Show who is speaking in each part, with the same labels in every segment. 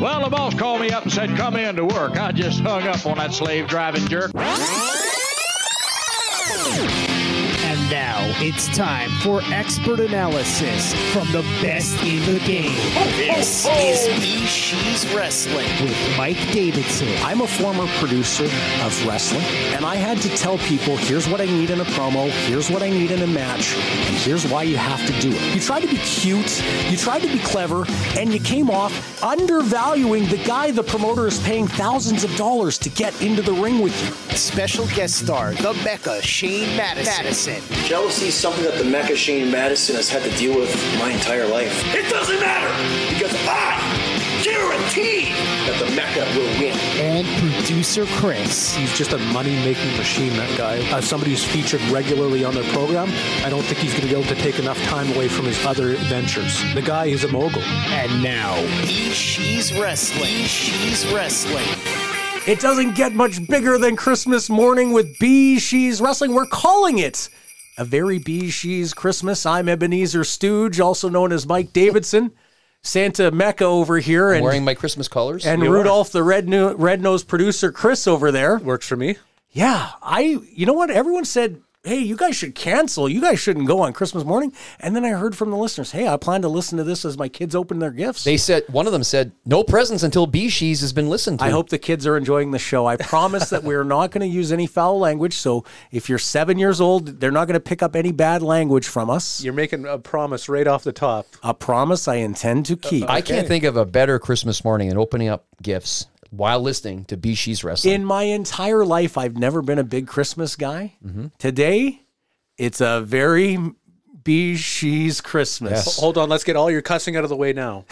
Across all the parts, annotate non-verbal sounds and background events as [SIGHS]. Speaker 1: Well, the boss called me up and said, Come in to work. I just hung up on that slave driving jerk.
Speaker 2: And now it's time for expert analysis from the best in the game.
Speaker 3: This is He She's Wrestling.
Speaker 2: With Mike Davidson,
Speaker 4: I'm a former producer of wrestling, and I had to tell people here's what I need in a promo, here's what I need in a match, and here's why you have to do it. You tried to be cute, you tried to be clever, and you came off undervaluing the guy the promoter is paying thousands of dollars to get into the ring with you.
Speaker 3: Special guest star, the Mecca Shane Madison. Madison.
Speaker 5: Jealousy is something that the Mecca Shane Madison has had to deal with my entire life. It doesn't matter because I guarantee that the Mecca will win.
Speaker 2: and producer Chris.
Speaker 4: He's just a money-making machine, that guy. As somebody who's featured regularly on their program, I don't think he's going to be able to take enough time away from his other ventures. The guy is a mogul.
Speaker 2: And now,
Speaker 3: He She's Wrestling. He She's Wrestling.
Speaker 4: It doesn't get much bigger than Christmas morning with Bee She's Wrestling. We're calling it a very Bee She's Christmas. I'm Ebenezer Stooge, also known as Mike Davidson, [LAUGHS] Santa Mecca over here, and
Speaker 6: wearing my Christmas colors.
Speaker 4: and Rudolph the red no- red nose producer Chris over there.
Speaker 6: works for me.
Speaker 4: Yeah, I. You know what? Everyone said, "Hey, you guys should cancel. You guys shouldn't go on Christmas morning." And then I heard from the listeners, "Hey, I plan to listen to this as my kids open their gifts."
Speaker 6: They said one of them said no presents until She's has been listened to.
Speaker 4: I hope the kids are enjoying the show. I promise that we're not going to use any foul language. So if you're seven years old, they're not going to pick up any bad language from us.
Speaker 7: You're making a promise right off the top.
Speaker 4: A promise I intend to keep.
Speaker 6: I can't think of a better Christmas morning than opening up gifts while listening to She's wrestling.
Speaker 4: In my entire life, I've never been a big Christmas guy. Today, it's a very bee she's Christmas.
Speaker 7: Hold on, let's get all your cussing out of the way now.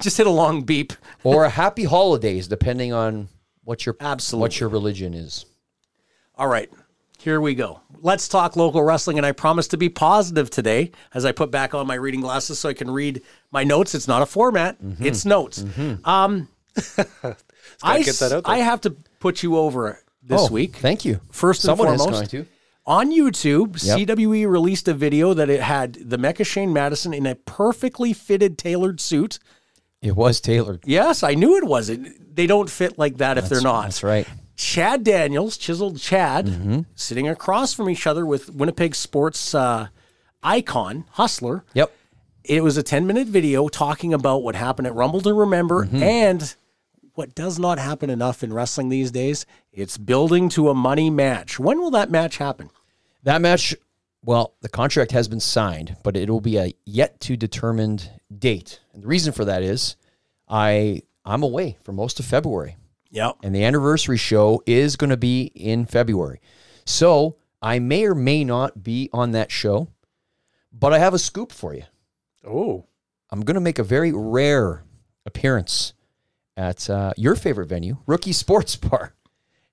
Speaker 4: Just hit a long beep.
Speaker 6: or a happy holidays, depending on what your
Speaker 4: Absolutely.
Speaker 6: what your religion is.
Speaker 4: All right, here we go. Let's talk local wrestling, and I promise to be positive today as I put back on my reading glasses so I can read my notes. It's not a format;
Speaker 6: Mm-hmm.
Speaker 4: it's notes.
Speaker 6: [LAUGHS]
Speaker 4: Um, I
Speaker 7: get that out
Speaker 4: s-
Speaker 7: there.
Speaker 4: I have to put you over this
Speaker 6: Oh,
Speaker 4: week.
Speaker 6: Thank you.
Speaker 4: First and
Speaker 6: Someone
Speaker 4: foremost,
Speaker 6: is going to.
Speaker 4: On YouTube,
Speaker 6: Yep.
Speaker 4: CWE released a video that it had the Mecha Shane Madison in a perfectly fitted tailored suit.
Speaker 6: It was tailored.
Speaker 4: Yes, I knew it was. It, they don't fit like that if they're not.
Speaker 6: That's right.
Speaker 4: Chad Daniels, chiseled Chad, sitting across from each other with Winnipeg sports uh, icon Hustler.
Speaker 6: Yep.
Speaker 4: It was a 10 minute video talking about what happened at Rumble to Remember and what does not happen enough in wrestling these days. It's building to a money match. When will that match happen?
Speaker 6: That match, well, the contract has been signed, but it will be a yet to determined date. And the reason for that is I I'm away for most of February.
Speaker 4: Yep.
Speaker 6: and the anniversary show is going to be in February. So I may or may not be on that show, but I have a scoop for you.
Speaker 7: Oh,
Speaker 6: I'm going to make a very rare appearance at uh, your favorite venue, Rookie Sports Bar,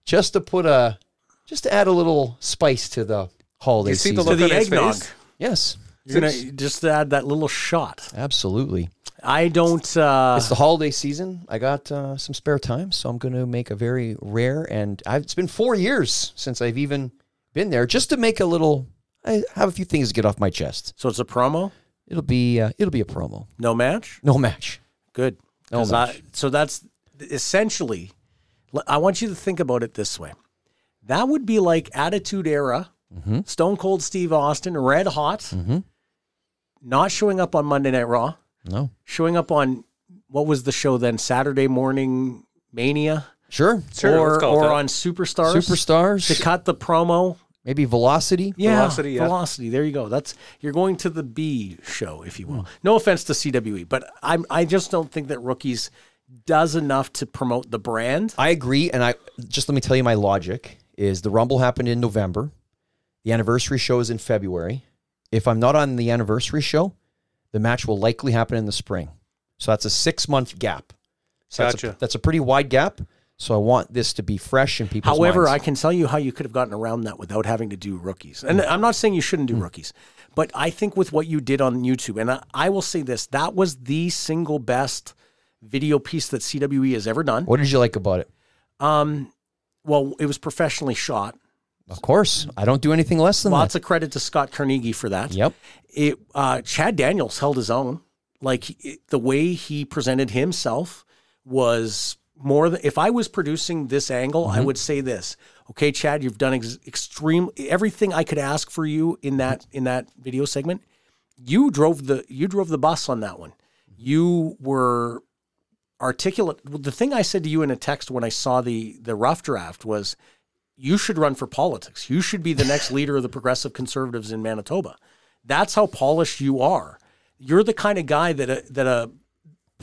Speaker 6: just to put a just to add a little spice to the holiday
Speaker 7: you see
Speaker 6: season.
Speaker 7: the look
Speaker 4: To
Speaker 7: on
Speaker 4: the
Speaker 7: his
Speaker 4: eggnog.
Speaker 7: face.
Speaker 6: yes,
Speaker 4: You're gonna just add that little shot.
Speaker 6: absolutely.
Speaker 4: I don't. Uh,
Speaker 6: It's the holiday season. I got uh, some spare time, so I'm going to make a very rare and I've, it's been four years since I've even been there, just to make a little. I have a few things to get off my chest.
Speaker 4: so it's a promo,
Speaker 6: It'll be uh, it'll be a promo,
Speaker 4: no match.
Speaker 6: no match.
Speaker 4: Good. 'Cause
Speaker 6: much.
Speaker 4: I- so that's essentially, l- I want you to think about it this way. That would be like Attitude Era, Stone Cold Steve Austin, Red Hot, not showing up on Monday Night Raw,
Speaker 6: No,
Speaker 4: showing up on what was the show then? Saturday Morning Mania
Speaker 6: sure,
Speaker 7: Sure, let's
Speaker 4: or,
Speaker 7: call it
Speaker 4: or
Speaker 7: that.
Speaker 4: on Superstars?
Speaker 6: Superstars.
Speaker 4: To cut the promo.
Speaker 6: maybe Velocity.
Speaker 4: Yeah,
Speaker 7: Velocity, yeah.
Speaker 4: velocity. There you go. That's you're going to the B show, if you will. No offense to CWE, but I'm I just don't think that rookies does enough to promote the brand.
Speaker 6: I agree, and I just let me tell you my logic is the Rumble happened in November, the anniversary show is in February. If I'm not on the anniversary show, the match will likely happen in the spring. So that's a six month gap. So That's
Speaker 7: Gotcha.
Speaker 6: a, that's a pretty wide gap. So I want this to be fresh in people's
Speaker 4: However, I
Speaker 6: minds.
Speaker 4: can tell you how you could have gotten around that without having to do rookies. And I'm not saying you shouldn't do rookies, but I think with what you did on YouTube, and I, I will say this, that was the single best video piece that CWE has ever done.
Speaker 6: what did you like about it?
Speaker 4: Um, well, it was professionally shot.
Speaker 6: Of course, I don't do anything less than
Speaker 4: Lots
Speaker 6: that.
Speaker 4: of credit to Scott Carnegie for that.
Speaker 6: Hmm. yep,
Speaker 4: it uh, Chad Daniels held his own. Like he- the way he presented himself was more than if I was producing this angle, I would say this. Okay, Chad, you've done ex- extreme everything I could ask for you in that in that video segment. You drove the you drove the bus on that one. You were articulate. The thing I said to you in a text when I saw the the rough draft was, you should run for politics. You should be the next leader of the progressive conservatives in Manitoba. That's how polished you are. You're the kind of guy that a, that a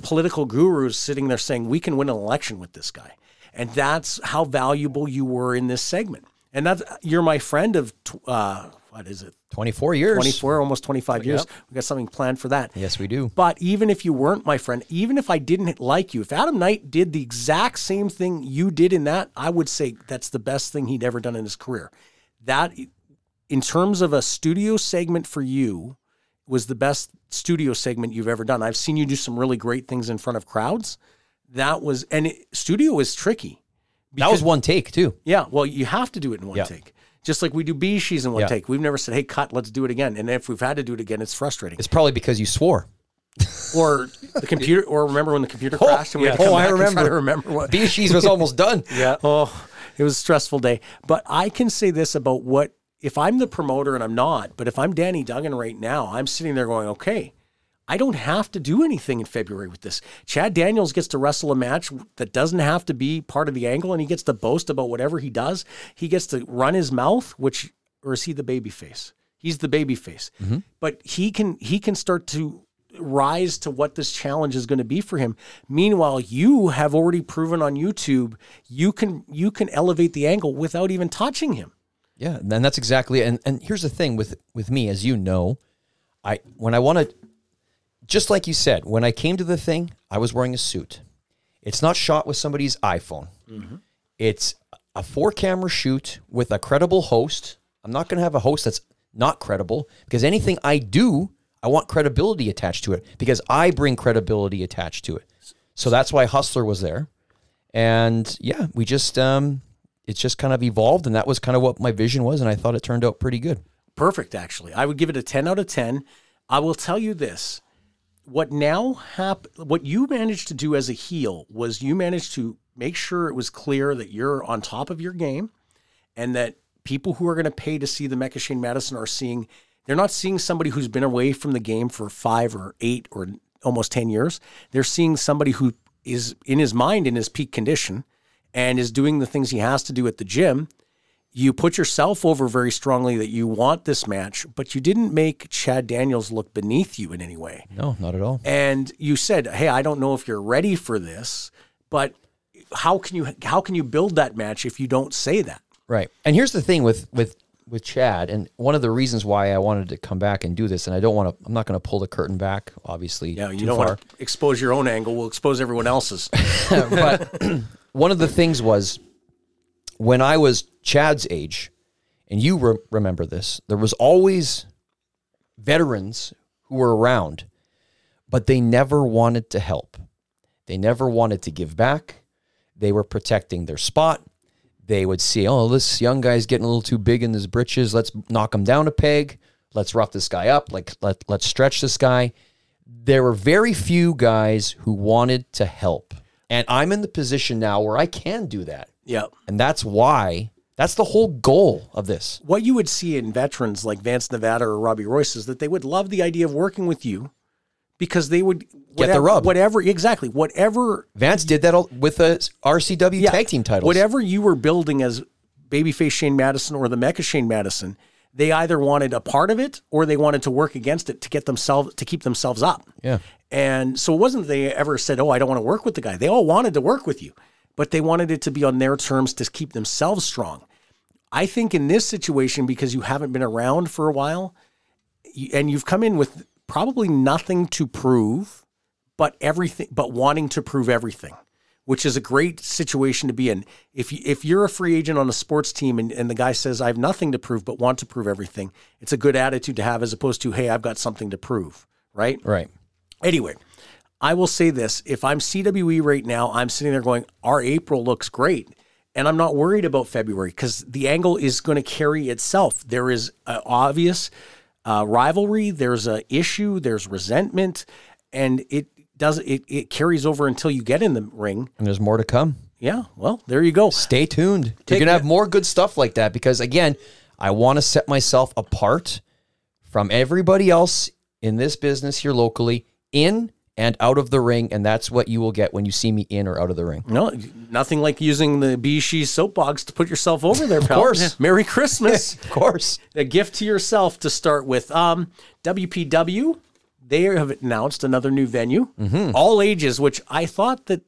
Speaker 4: political gurus sitting there saying we can win an election with this guy and that's how valuable you were in this segment and that's you're my friend of tw- uh, what is it
Speaker 6: 24 years.
Speaker 4: 24 almost 25 years we got something planned for that
Speaker 6: Yes, we do.
Speaker 4: but even if you weren't my friend even if i didn't like you if adam knight did the exact same thing you did in that i would say that's the best thing he'd ever done in his career that in terms of a studio segment for you was the best studio segment you've ever done. I've seen you do some really great things in front of crowds. That was and it, studio is tricky.
Speaker 6: That was one take too.
Speaker 4: Yeah, well, you have to do it in one
Speaker 6: Yeah.
Speaker 4: take. Just like we do Beeshees in one
Speaker 6: Yeah.
Speaker 4: take. We've never said, "Hey, cut, let's do it again." And if we've had to do it again, it's frustrating.
Speaker 6: It's probably because you swore. [LAUGHS]
Speaker 4: Or the computer or remember when the computer crashed and we had to
Speaker 6: yeah.
Speaker 4: come
Speaker 6: Oh, I
Speaker 4: back and try to
Speaker 6: remember.
Speaker 4: remember what
Speaker 6: Beeshees
Speaker 4: [LAUGHS]
Speaker 6: was almost done.
Speaker 4: yeah. Oh, it was a stressful day. But I can say this about what if I'm the promoter and I'm not, but if I'm Danny Duggan right now, I'm sitting there going, okay, I don't have to do anything in February with this. Chad Daniels gets to wrestle a match that doesn't have to be part of the angle and he gets to boast about whatever he does. He gets to run his mouth, which or is he the baby face? He's the baby face. But he can he can start to rise to what this challenge is going to be for him. Meanwhile, you have already proven on YouTube you can you can elevate the angle without even touching him.
Speaker 6: Yeah, and that's exactly. And and here's the thing with with me, as you know, I when I want to, just like you said, when I came to the thing, I was wearing a suit. It's not shot with somebody's iPhone. It's a four camera shoot with a credible host. I'm not going to have a host that's not credible because anything I do, I want credibility attached to it because I bring credibility attached to it. So that's why Hustler was there. And yeah, we just um it's just kind of evolved and that was kind of what my vision was and I thought it turned out pretty good.
Speaker 4: Perfect actually. I would give it a 10 out of 10. I will tell you this. What now hap- what you managed to do as a heel was you managed to make sure it was clear that you're on top of your game and that people who are going to pay to see the Mecha Shane Madison are seeing, they're not seeing somebody who's been away from the game for five or eight or almost 10 years. They're seeing somebody who is in his mind in his peak condition and is doing the things he has to do at the gym. You put yourself over very strongly that you want this match, but you didn't make Chad Daniels look beneath you in any way.
Speaker 6: No, not at all.
Speaker 4: And you said, "Hey, I don't know if you're ready for this, but how can you how can you build that match if you don't say that?"
Speaker 6: Right. And here's the thing with with with Chad and one of the reasons why I wanted to come back and do this and I don't want to I'm not going to pull the curtain back obviously
Speaker 4: Yeah, you
Speaker 6: too
Speaker 4: don't
Speaker 6: far.
Speaker 4: want to expose your own angle. We'll expose everyone else's.
Speaker 6: [LAUGHS] but [CLEARS THROAT] one of the things was when I was Chad's age, and you re- remember this, there was always veterans who were around, but they never wanted to help. They never wanted to give back. They were protecting their spot. They would see, oh, this young guy's getting a little too big in his britches. Let's knock him down a peg. Let's rough this guy up. Like let let's stretch this guy there were very few guys who wanted to help. And I'm in the position now where I can do that.
Speaker 4: yeah.
Speaker 6: And that's why, that's the whole goal of this.
Speaker 4: What you would see in veterans like Vance Nevada or Robbie Royce is that they would love the idea of working with you because they would
Speaker 6: Get the
Speaker 4: whatever-
Speaker 6: rub.
Speaker 4: Whatever, exactly. Whatever
Speaker 6: Vance did that all with a RCW
Speaker 4: yeah,
Speaker 6: E tag team titles.
Speaker 4: Whatever you were building as babyface Shane Madison or the mecha Shane Madison, they either wanted a part of it or they wanted to work against it to get themselves to keep themselves up.
Speaker 6: Yeah.
Speaker 4: And so it wasn't that they ever said, "Oh, I don't want to work with the guy." They all wanted to work with you, but they wanted it to be on their terms to keep themselves strong. I think in this situation, because you haven't been around for a while, you- and you've come in with probably nothing to prove, but everything, but wanting to prove everything, which is a great situation to be in. If you, if you're a free agent on a sports team and, and the guy says, "I have nothing to prove, but want to prove everything," it's a good attitude to have as opposed to, "Hey, I've got something to prove," right?
Speaker 6: Right.
Speaker 4: Anyway, I will say this if I'm CWE right now, I'm sitting there going, our April looks great. And I'm not worried about February because the angle is going to carry itself. There is an obvious uh, rivalry, there's an issue, there's resentment, and it does it, it carries over until you get in the ring.
Speaker 6: And there's more to come.
Speaker 4: Yeah, well, there you go.
Speaker 6: Stay tuned. You're going to have more good stuff like that because, again, I want to set myself apart from everybody else in this business here locally, in and out of the ring. And that's what you will get when you see me in or out of the ring.
Speaker 4: No, nothing like using the Bishi soapbox to put yourself over there, pal.
Speaker 6: course.
Speaker 4: Yeah. Merry Christmas.
Speaker 6: Of course.
Speaker 4: a gift to yourself to start with. Um, WPW, they have announced another new venue,
Speaker 6: Mm-hmm.
Speaker 4: all ages, which I thought that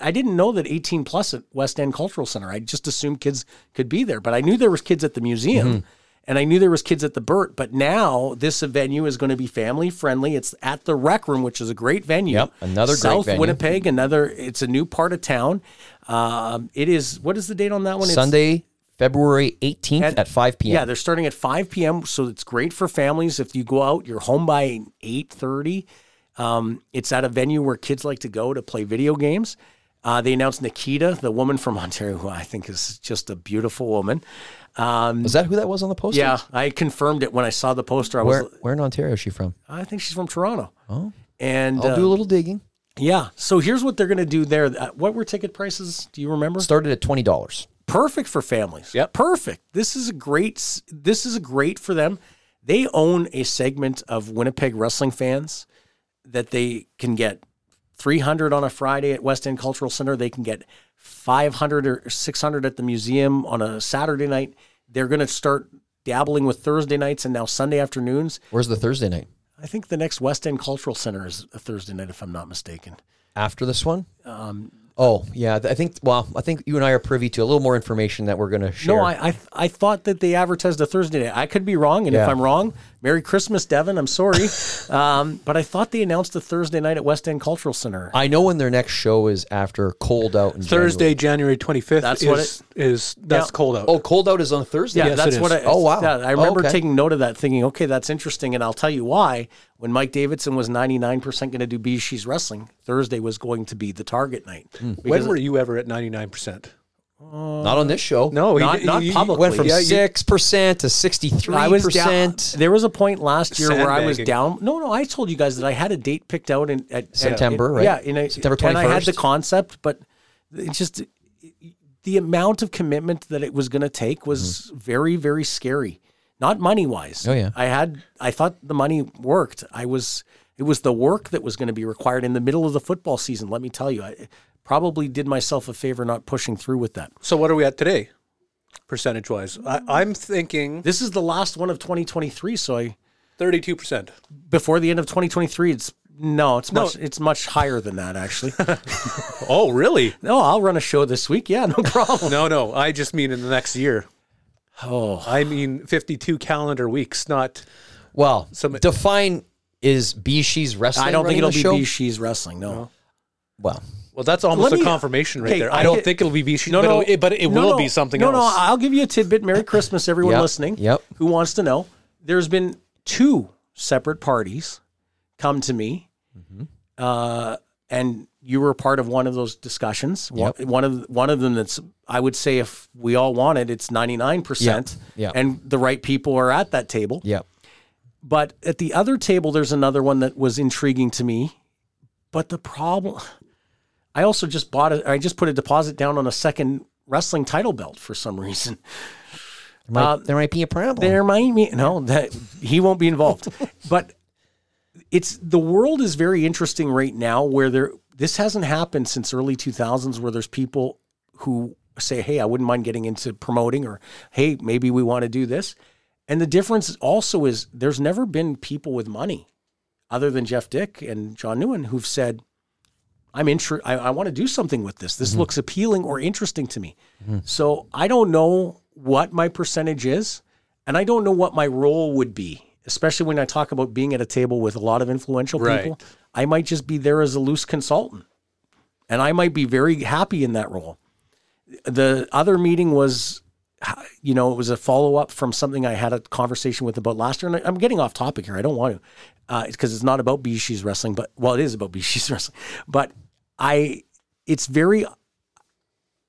Speaker 4: I didn't know that 18 plus at West End Cultural Center. I just assumed kids could be there, but I knew there was kids at the museum.
Speaker 6: Mm-hmm.
Speaker 4: And I knew there was kids at the Burt, but now this venue is going to be family friendly. It's at the Rec Room, which is a great venue.
Speaker 6: Yep, another great
Speaker 4: South
Speaker 6: venue.
Speaker 4: Winnipeg, another. It's a new part of town. Um, it is. What is the date on that one? It's-
Speaker 6: Sunday, February 18th at, 5 p.m.
Speaker 4: yeah, they're starting at 5 p.m. So it's great for families. If you go out, you're home by 8:30. Um, it's at a venue where kids like to go to play video games. Uh, they announced Nikita, the woman from Ontario, who I think is just a beautiful woman. Um,
Speaker 6: Is that who that was on the poster?
Speaker 4: yeah, I confirmed it when I saw the poster. I
Speaker 6: Where,
Speaker 4: was,
Speaker 6: where in Ontario is she from?
Speaker 4: I think she's from Toronto. Oh, and
Speaker 6: I'll
Speaker 4: uh,
Speaker 6: do a little digging.
Speaker 4: yeah. So here's what they're going to do there. Uh, what were ticket prices? Do you remember?
Speaker 6: Started at $20.
Speaker 4: perfect for families.
Speaker 7: Yep.
Speaker 4: Perfect. This is a great this is a great for them. They own a segment of Winnipeg wrestling fans that they can get 300 on a Friday at West End Cultural Center. They can get 500 or 600 at the museum on a Saturday night. They're going to start dabbling with Thursday nights and now Sunday afternoons.
Speaker 6: Where's the Thursday night?
Speaker 4: I think the next West End Cultural Center is a Thursday night, if I'm not mistaken.
Speaker 6: after this one? Um, oh yeah, th- I think. Well, I think you and I are privy to a little more information that we're going to share.
Speaker 4: No, I, I I thought that they advertised a Thursday night. I could be wrong, and if
Speaker 6: Yeah.
Speaker 4: I'm wrong, Merry Christmas, Devin. I'm
Speaker 6: [LAUGHS]
Speaker 4: sorry, um, but I thought they announced a Thursday night at West End Cultural Center.
Speaker 6: I know when their next show is after Cold Out in
Speaker 7: Thursday,
Speaker 6: January.
Speaker 7: January 25th.
Speaker 4: That's
Speaker 7: is,
Speaker 4: what
Speaker 7: is- that's
Speaker 4: Yeah.
Speaker 7: cold out.
Speaker 6: Oh, Cold Out is on Thursday.
Speaker 4: yeah,
Speaker 7: yes,
Speaker 4: that's
Speaker 7: it
Speaker 4: what I.
Speaker 7: is.
Speaker 6: Oh, wow.
Speaker 4: yeah, I remember
Speaker 6: Okay.
Speaker 4: taking note of that, thinking, okay, that's interesting, and I'll tell you why. When Mike Davidson was 99 percent going to do She's Wrestling, Thursday was going to be the target night.
Speaker 6: Hmm.
Speaker 7: when were you ever at 99%?
Speaker 6: not on this show.
Speaker 7: No,
Speaker 4: Not-
Speaker 7: didn't-
Speaker 4: not
Speaker 6: it went from
Speaker 7: yeah, you-
Speaker 6: six percent to sixty-three
Speaker 4: I was down.
Speaker 6: percent.
Speaker 4: There was a point last year where I was
Speaker 7: Sandbagging.
Speaker 4: down. No, no, I told you guys that I had a date picked out in at, at-
Speaker 6: September,
Speaker 4: in-
Speaker 6: right?
Speaker 4: Yeah, in a,
Speaker 6: September
Speaker 4: And I had
Speaker 6: 21st.
Speaker 4: the concept, but it just the amount of commitment that it was going to take was very, very scary. Not money wise.
Speaker 6: Mm-hmm. Oh, yeah.
Speaker 4: I had. I thought the money worked. I was. It was the work that was going to be required in the middle of the football season. Let me tell you, I probably did myself a favor not pushing through with that.
Speaker 7: So what are we at today, percentage wise? I, I'm thinking
Speaker 4: This is the last one of 2023, so I.
Speaker 7: 32%.
Speaker 4: before the end of 2023 it's no it's much it's much higher than that actually [LAUGHS]
Speaker 7: Oh, [LAUGHS] really?
Speaker 4: no i'll run a show this week yeah no problem
Speaker 7: No, no. I just mean in the next year. Oh, I mean 52 calendar weeks, not
Speaker 6: Well,
Speaker 7: Some-
Speaker 6: define is Bishi's wrestling.
Speaker 4: i don't think
Speaker 6: running
Speaker 4: it'll
Speaker 6: the
Speaker 4: be
Speaker 6: show?
Speaker 4: B she's wrestling no
Speaker 6: Well,
Speaker 7: Well, that's almost
Speaker 4: Let me-
Speaker 7: a confirmation right
Speaker 4: okay,
Speaker 7: there. I,
Speaker 4: I
Speaker 7: don't
Speaker 4: hit-
Speaker 7: think it'll be Vichy, but, It, but it
Speaker 4: No,
Speaker 7: will
Speaker 4: no.
Speaker 7: be something
Speaker 4: no no
Speaker 7: else.
Speaker 4: i'll give you a tidbit merry christmas everyone
Speaker 6: Yep,
Speaker 4: listening
Speaker 6: yep.
Speaker 4: who wants to know there's been two separate parties come to me uh, and you were part of one of those discussions one,
Speaker 6: Yep.
Speaker 4: one of one of them that's i would say if we all wanted it's 99%
Speaker 6: Yep, yep.
Speaker 4: and the right people are at that table
Speaker 6: yeah.
Speaker 4: But at the other table, there's another one that was intriguing to me. But the problem, I also just bought it. I just put a deposit down on a second wrestling title belt for some reason.
Speaker 6: There might,
Speaker 4: Uh,
Speaker 6: there might be a problem.
Speaker 4: There might be no that he won't be involved. but it's the world is very interesting right now where there this hasn't happened since early 2000s where there's people who say hey I wouldn't mind getting into promoting or hey maybe we want to do this. And the difference also is there's never been people with money other than Jeff Dick and John Newen who've said I'm intre- I, I want to do something with this. This looks appealing or interesting to me. So I don't know what my percentage is, and I don't know what my role would be, especially when I talk about being at a table with a lot of influential
Speaker 7: Right.
Speaker 4: people. I might just be there as a loose consultant, and I might be very happy in that role. The other meeting was, you know, it was a follow up from something I had a conversation with about last year, and I, am getting off topic here. I don't want to, because it's not about Bishi's wrestling, but well, it is about [LAUGHS] Bishi's wrestling, but I, it's very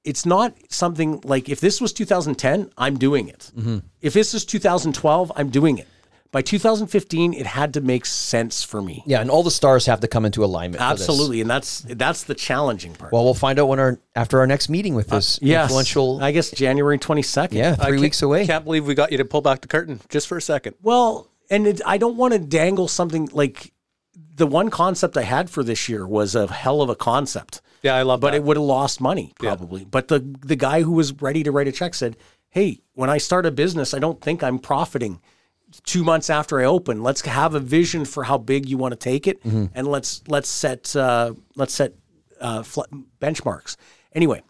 Speaker 4: it's not something
Speaker 6: Mm-hmm.
Speaker 4: like if this was 2010, I'm doing it. If this is 2012, I'm doing it. By 2015, it had to make sense for me.
Speaker 6: Yeah, and all the stars have to come into alignment. for this.
Speaker 4: Absolutely, and that's that's the challenging part.
Speaker 6: Well, we'll find out when our after our next meeting with this
Speaker 4: Uh, yes,
Speaker 6: influential.
Speaker 4: I guess January 22nd.
Speaker 6: yeah, three
Speaker 7: can't-
Speaker 6: weeks away.
Speaker 7: Can't believe we got you to pull back the curtain just for a second.
Speaker 4: Well, and it, I don't want to dangle something like the one concept I had for this year was a hell of a concept.
Speaker 7: Yeah, I love
Speaker 4: but
Speaker 7: that.
Speaker 4: it would have lost money probably. But the the guy who was ready to write a check said, "Hey, when I start a business, I don't think I'm profiting." Two months after I open, let's have a vision for how big you want to take it,
Speaker 7: Mm-hmm.
Speaker 4: and let's let's set uh, let's set uh, fl- benchmarks. Anyway,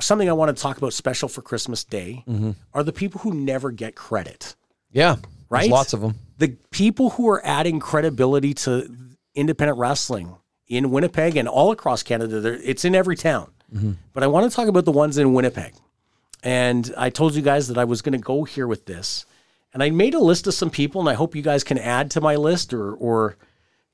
Speaker 4: something I want to talk about special for Christmas Day
Speaker 7: Mm-hmm.
Speaker 4: are the people who never get credit
Speaker 6: yeah,
Speaker 4: right?
Speaker 6: There's lots of them.
Speaker 4: the people who are adding credibility to independent wrestling in Winnipeg and all across Canada, they're- it's in every town. But I want to talk about the ones in Winnipeg. And I told you guys that I was going to go here with this. And I made a list of some people, and I hope you guys can add to my list or, or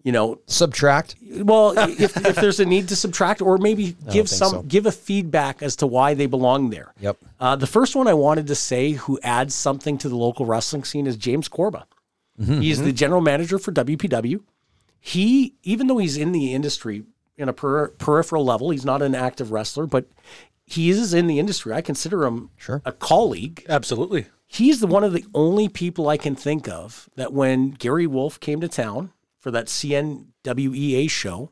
Speaker 4: you know,
Speaker 6: Subtract.
Speaker 4: well, if, if there's a need to subtract, or maybe give some give a feedback as to why they belong there.
Speaker 6: Yep.
Speaker 4: Uh, the first one I wanted to say who adds something to the local wrestling scene is James Corba.
Speaker 6: Mm-hmm,
Speaker 4: He's the general manager for WPW. He, even though he's in the industry in a per- peripheral level, he's not an active wrestler, but he is in the industry. I consider him
Speaker 6: Sure.
Speaker 4: a colleague
Speaker 7: Absolutely.
Speaker 4: he's the one of the only people I can think of that when Gary Wolf came to town for that CNWEA E show,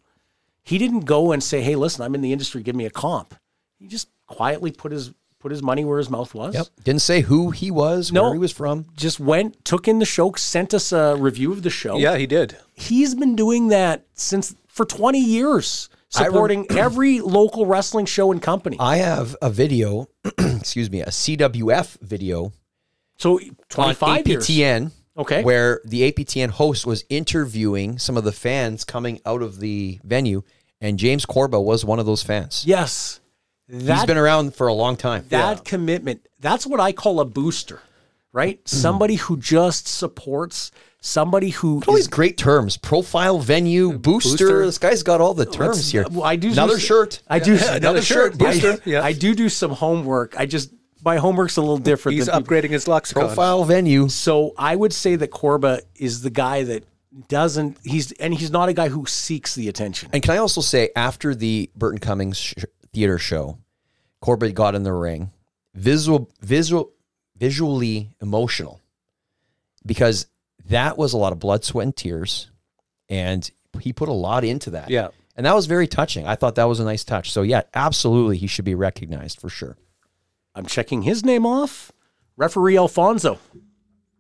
Speaker 4: he didn't go and say, "Hey, listen, I'm in the industry, give me a comp." He just quietly put his put his money where his mouth was.
Speaker 6: Yep. Didn't say who he was,
Speaker 4: No.
Speaker 6: where he was from.
Speaker 4: Just went, took in the show, sent us a review of the show.
Speaker 7: Yeah, he did.
Speaker 4: He's been doing that since for 20 years,
Speaker 6: I rem- Uh,
Speaker 4: supporting every local wrestling show and company.
Speaker 6: I have a video, [CLEARS THROAT] excuse me, a CWF video
Speaker 4: so
Speaker 6: on
Speaker 4: 25 years.
Speaker 6: APTN.
Speaker 4: Okay.
Speaker 6: Where the APTN host was interviewing some of the fans coming out of the venue, and James Corba was one of those fans.
Speaker 4: Yes.
Speaker 6: He's
Speaker 4: That
Speaker 6: been around for a long time.
Speaker 4: that commitment that's what i call a booster right somebody who just supports somebody who
Speaker 6: All
Speaker 4: is,
Speaker 6: these great terms: profile, venue, booster.
Speaker 7: Booster.
Speaker 6: This guy's got all the terms here.
Speaker 4: Well, i do
Speaker 6: another shirt.
Speaker 4: i do another
Speaker 7: shirt, booster,
Speaker 4: I,
Speaker 7: yeah.
Speaker 4: I do do some homework i just my homework's a little different
Speaker 7: He's
Speaker 4: than people-
Speaker 7: upgrading his lexicon.
Speaker 6: Profile, venue.
Speaker 4: so i would say that corba is the guy that doesn't he's and he's not a guy who seeks the attention
Speaker 6: And can I also say, after the Burton Cummings sh- theater show, Corbett got in the ring, visual, visual, visually emotional, because that was a lot of blood, sweat, and tears, and he put a lot into that.
Speaker 7: Yeah.
Speaker 6: and that was very touching. I thought that was a nice touch. So yeah, absolutely, he should be recognized for sure.
Speaker 4: i'm checking his name off referee alfonso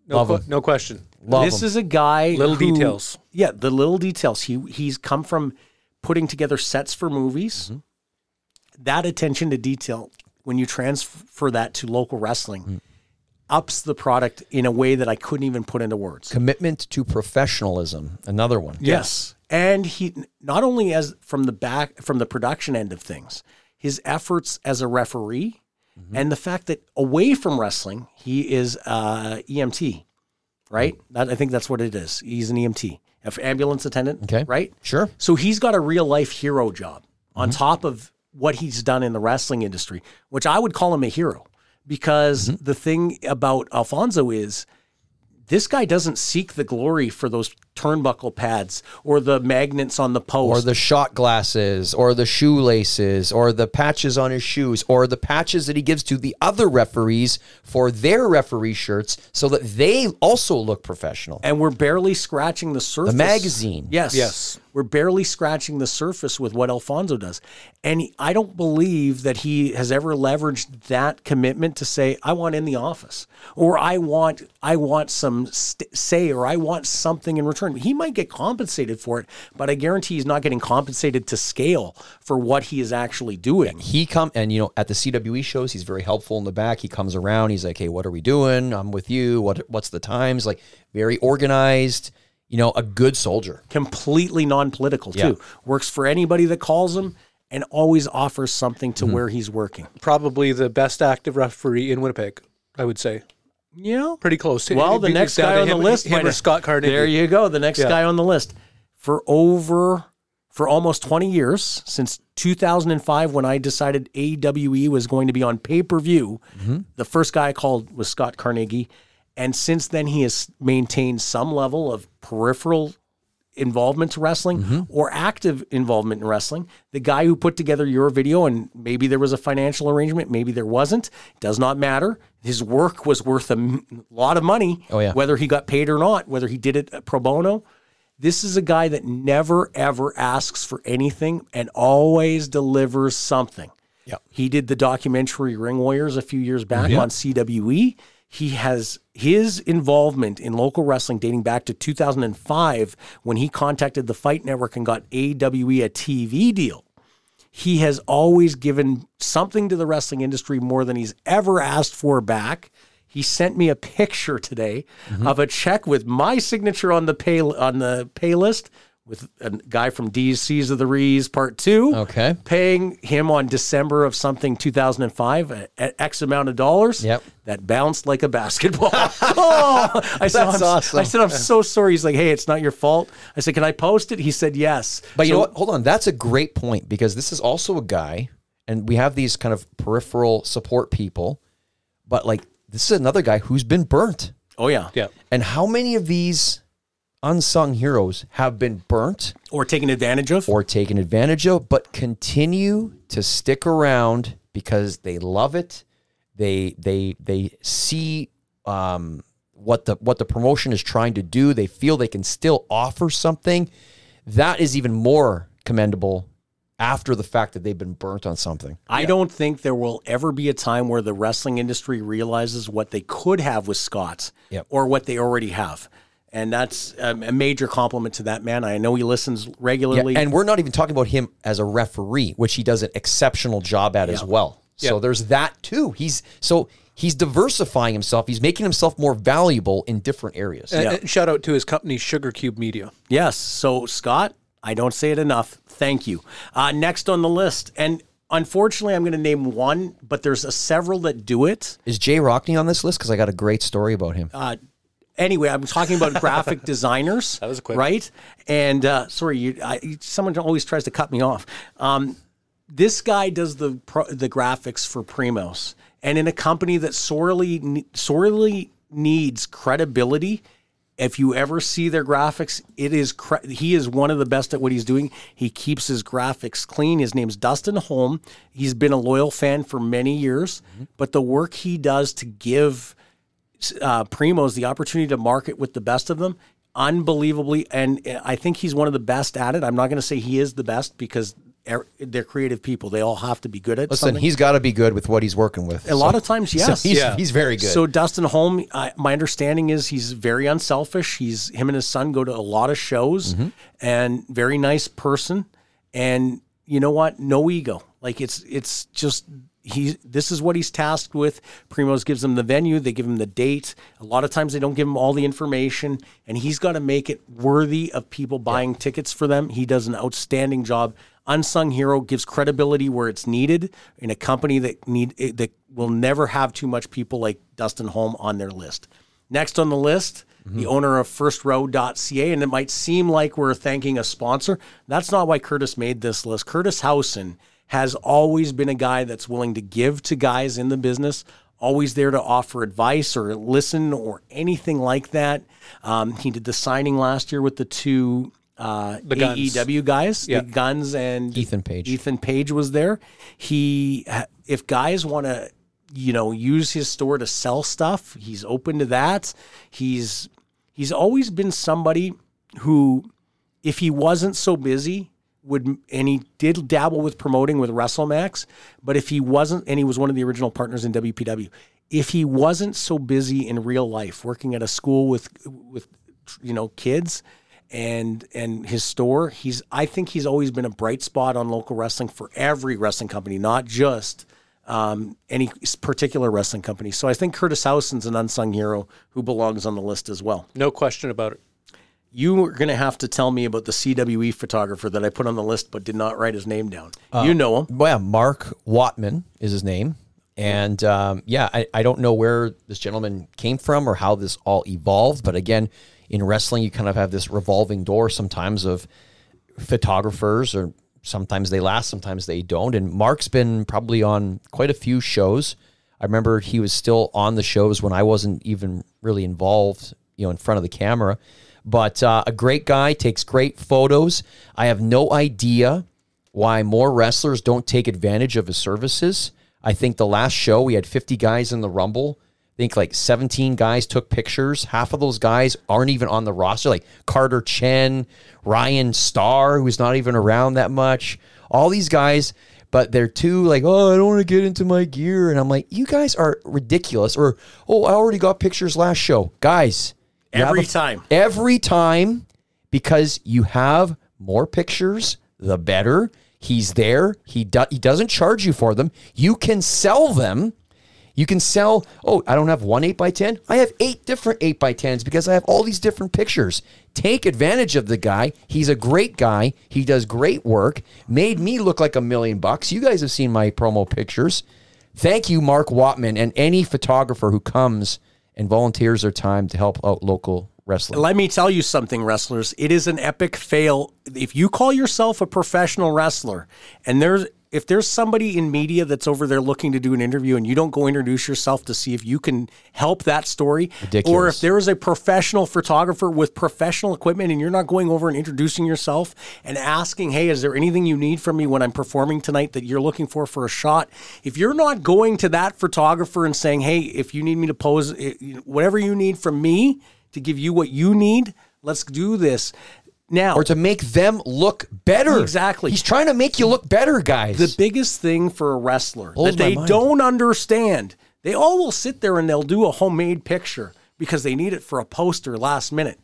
Speaker 7: No,
Speaker 6: Love
Speaker 7: que-
Speaker 6: him.
Speaker 7: no question.
Speaker 6: Love
Speaker 4: this
Speaker 6: him.
Speaker 4: is a guy
Speaker 7: Little
Speaker 4: who-
Speaker 7: details.
Speaker 4: Yeah, the little details. He he's come from putting together sets for movies. That attention to detail, when you transfer that to local wrestling, ups the product in a way that I couldn't even put into words.
Speaker 6: commitment to professionalism. Another one.
Speaker 4: Yes. And he not only as from the back from the production end of things, his efforts as a referee
Speaker 6: Mm-hmm.
Speaker 4: and the fact that away from wrestling, he is uh EMT,
Speaker 6: Mm.
Speaker 4: right? That, I think that's what it is. He's an E EMT, an ambulance attendant,
Speaker 6: Okay.
Speaker 4: right?
Speaker 6: Sure. Mm-hmm.
Speaker 4: So he's got a real life hero job on top of what he's done in the wrestling industry, which I would call him a hero because
Speaker 6: Mm-hmm.
Speaker 4: the thing about Alfonso is this guy doesn't seek the glory for those turnbuckle pads or the magnets on the
Speaker 6: Or
Speaker 4: post.
Speaker 6: the shot glasses, or the shoelaces, or the patches on his shoes, or the patches that he gives to the other referees for their referee shirts so that they also look professional.
Speaker 4: and we're barely scratching the surface.
Speaker 6: magazine.
Speaker 4: Yes.
Speaker 7: Yes.
Speaker 4: We're barely scratching the surface with what Alfonso does. And he- I don't believe that he has ever leveraged that commitment to say, I want in the office or I want, I want some st- say, or I want something in return. He might get compensated for it, but I guarantee he's not getting compensated to scale for what he is actually doing.
Speaker 6: He come and you know at the CWE shows he's very helpful in the back. He comes around. He's like, "Hey, what are we doing? I'm with you. What what's the times?" Like very organized. You know, a good soldier.
Speaker 4: completely non-political too.
Speaker 6: Yeah.
Speaker 4: Works for anybody that calls him and always offers something to
Speaker 7: Mm-hmm.
Speaker 4: where he's working.
Speaker 7: Probably the best active referee in Winnipeg, I would say.
Speaker 4: Yeah.
Speaker 7: Pretty close.
Speaker 4: Well,
Speaker 7: It'd
Speaker 4: the
Speaker 7: be
Speaker 4: next
Speaker 7: down
Speaker 4: guy
Speaker 7: to
Speaker 4: on the
Speaker 7: him-
Speaker 4: list,
Speaker 7: him
Speaker 4: might-
Speaker 7: or Scott Carnegie.
Speaker 4: There you go. The next
Speaker 7: Yeah.
Speaker 4: guy on the list for over for almost 20 years since 2005 when I decided E
Speaker 7: Mm-hmm.
Speaker 4: AWE was going to be on pay-per-view. The first guy I called was Scott Carnegie And since then, he has maintained some level of peripheral involvement to wrestling
Speaker 6: Mm-hmm.
Speaker 4: or active involvement in wrestling. The guy who put together your video, and maybe there was a financial arrangement, maybe there wasn't, does not matter. His work was worth a m- lot of money,
Speaker 6: Oh, yeah.
Speaker 4: whether he got paid or not, whether he did it pro bono. This is a guy that never, ever asks for anything and always delivers something.
Speaker 6: Yep.
Speaker 4: He did the documentary Ring Warriors a few years back on CWE. He has his involvement in local wrestling dating back to 2005 when he contacted the Fight Network and got AWE a TV deal. He has always given something to the wrestling industry more than he's ever asked for back. He sent me a picture today
Speaker 6: Mm-hmm.
Speaker 4: of a check with my signature on the pay on the pay list with a guy from D's C's of the Rees Part Two
Speaker 6: Okay.
Speaker 4: paying him on December of something 2005 a- a- X amount of dollars.
Speaker 6: Yep.
Speaker 4: That bounced like a
Speaker 6: [LAUGHS]
Speaker 4: basketball. oh, I said,
Speaker 6: That's
Speaker 4: I'm,
Speaker 6: awesome.
Speaker 4: I said, I'm so sorry. He's like, hey, it's not your fault. I said, can I post it? He said, yes.
Speaker 6: But you
Speaker 4: So-
Speaker 6: know what? Hold on. That's a great point because this is also a guy, and we have these kind of peripheral support people, but like this is another guy who's been burnt.
Speaker 4: Oh, yeah.
Speaker 7: Yeah.
Speaker 6: And how many of these unsung heroes have been burnt
Speaker 4: Or taken advantage of.
Speaker 6: or taken advantage of, but continue to stick around because they love it. They they they see um, what the what the promotion is trying to do. They feel they can still offer something. That is even more commendable after the fact that they've been burnt on something.
Speaker 4: I don't think there will ever be a time where the wrestling industry realizes what they could have with Scott
Speaker 6: Yep.
Speaker 4: or what they already have. And that's um, a major compliment to that man. I know he listens
Speaker 6: Yeah,
Speaker 4: regularly.
Speaker 6: and we're not even talking about him as a referee, which he does an exceptional job at as well. So there's that too. He's so he's diversifying himself. He's making himself more valuable in different areas.
Speaker 7: And-
Speaker 4: Yeah.
Speaker 7: and shout out to his company, Sugar Cube Media.
Speaker 4: Yes. So, Scott, I don't say it enough. Thank you. Uh, next on the list, and unfortunately, I'm going to name one, but there's a several that do it.
Speaker 6: Is Jay Rockney on this list? Because I got a great story about him.
Speaker 4: Uh, Anyway, I'm talking
Speaker 7: [LAUGHS]
Speaker 4: about graphic designers. That
Speaker 7: was quick.
Speaker 4: right? And uh, sorry, you, I, you- someone always tries to cut me off. Um, this guy does the pro, the graphics for Primos, and in a company that sorely ne- sorely needs credibility. If you ever see their graphics, it is cre- he is one of the best at what he's doing. He keeps his graphics clean. His name's Dustin Holm. He's been a loyal fan for many years,
Speaker 7: Mm-hmm.
Speaker 4: but the work he does to give uh, Primos the opportunity to market with the best of them unbelievably. And uh, I think he's one of the best at it. I'm not going to say he is the best because er- they're creative people. They all have to be good at
Speaker 6: Listen,
Speaker 4: something.
Speaker 6: he's got to be good with what he's working with.
Speaker 4: a lot of
Speaker 6: [LAUGHS]
Speaker 4: times, yes.
Speaker 6: he's,
Speaker 7: Yeah.
Speaker 6: he's very good.
Speaker 4: So Dustin Holm, I, my understanding is he's very unselfish. He's him and his son go to a lot of shows,
Speaker 6: Mm-hmm.
Speaker 4: and very nice person. And you know what? No ego. Like it's it's just he. This is what he's tasked with. Primos gives him the venue. They give him the date. A lot of times they don't give him all the information, and he's got to make it worthy of people buying tickets for them. He does an outstanding job. Unsung hero gives credibility where it's needed in a company that need that will never have too much people like Dustin Holm on their list. Next on the list,
Speaker 7: Mm-hmm.
Speaker 4: the owner of firstrow.ca, and it might seem like we're thanking a sponsor. That's not why Curtis made this list. Curtis Housen has always been a guy that's willing to give to guys in the business, always there to offer advice or listen or anything like that. Um, he did the signing last year with the two uh,
Speaker 7: The Guns.
Speaker 4: AEW guys,
Speaker 7: Yeah.
Speaker 4: the Guns and
Speaker 6: Ethan Page.
Speaker 4: Ethan Page was there. He, if guys want to, you know, use his store to sell stuff, he's open to that. He's he's always been somebody who, if he wasn't so busy, would and he did dabble with promoting with WrestleMax, but if he wasn't, and he was one of the original partners in WPW. If he wasn't so busy in real life, working at a school with with you know kids, and and his store he's i think he's always been a bright spot on local wrestling for every wrestling company not just um, any s- particular wrestling company so i think curtis housen's an unsung hero who belongs on the list as well
Speaker 7: No question about it.
Speaker 4: you are going to have to tell me about the cwe photographer that i put on the list but did not write his name down you know him
Speaker 6: well, yeah, Mark Watman is his name. And um, yeah, I, I don't know where this gentleman came from or how this all evolved. But again, in wrestling, you kind of have this revolving door sometimes of photographers, or sometimes they last, sometimes they don't. And Mark's been probably on quite a few shows. I I remember he was still on the shows when I wasn't even really involved, you know, in front of the camera. But uh, a great guy takes great photos. I have no idea why more wrestlers don't take advantage of his services. I think the last show we had 50 guys in the Rumble. I think like 17 guys took pictures. Half of those guys aren't even on the roster, like Carter Chen, Ryan Starr, who's not even around that much. All these guys, but they're too like, oh, I don't want to get into my gear. And I'm like, you guys are ridiculous. Or, oh, I already got pictures last show. Guys, you have
Speaker 4: Every
Speaker 6: a-
Speaker 4: time.
Speaker 6: Every time, because you have more pictures, the better. He's there. He do- he doesn't charge you for them. You can sell them. You can sell. Oh, I don't have one eight by ten. I have eight different eight by tens because I have all these different pictures. Take advantage of the guy. He's a great guy. He does great work. Made me look like a million bucks. You guys have seen my promo pictures. Thank you, Mark Watman, and any photographer who comes and volunteers their time to help out local wrestling.
Speaker 4: Let me tell you something, wrestlers. It is an epic fail. If you call yourself a professional wrestler and there's if there's somebody in media that's over there looking to do an interview and you don't go introduce yourself to see if you can help that story, or
Speaker 6: Ridiculous.
Speaker 4: if there is a professional photographer with professional equipment and you're not going over and introducing yourself and asking, hey, is there anything you need from me when I'm performing tonight that you're looking for for a shot? If you're not going to that photographer and saying, hey, if you need me to pose, eh, you know, whatever you need from me to give you what you need, let's do this. Now,
Speaker 6: or to make them look better.
Speaker 4: Exactly.
Speaker 6: He's trying to make you look better, guys.
Speaker 4: the biggest thing for a wrestler
Speaker 6: Blows
Speaker 4: that
Speaker 6: my
Speaker 4: they
Speaker 6: mind.
Speaker 4: don't understand. They all will sit there and they'll do a homemade picture because they need it for a poster last minute.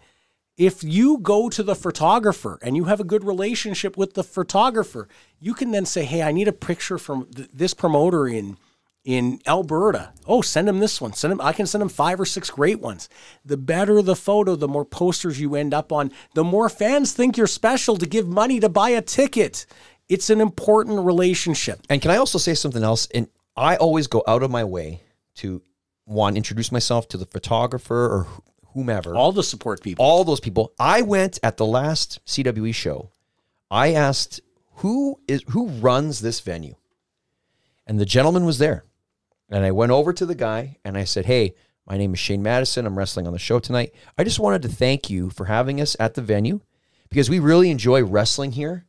Speaker 4: If you go to the photographer and you have a good relationship with the photographer, you can then say, "Hey, I need a picture from th- this promoter in in Alberta. Oh, send him this one. Send him. I can send him five or six great ones. The better the photo, the more posters you end up on. The more fans think you're special to give money to buy a ticket. It's an important relationship.
Speaker 6: And can I also say something else? And I always go out of my way to one introduce myself to the photographer or wh- whomever.
Speaker 4: All the support people.
Speaker 6: all those people. I went at the last CWE show. I asked who is who runs this venue, and the gentleman was there. And I went over to the guy and I said, "Hey, my name is Shane Madison. I'm wrestling on the show tonight. I just wanted to thank you for having us at the venue because we really enjoy wrestling here,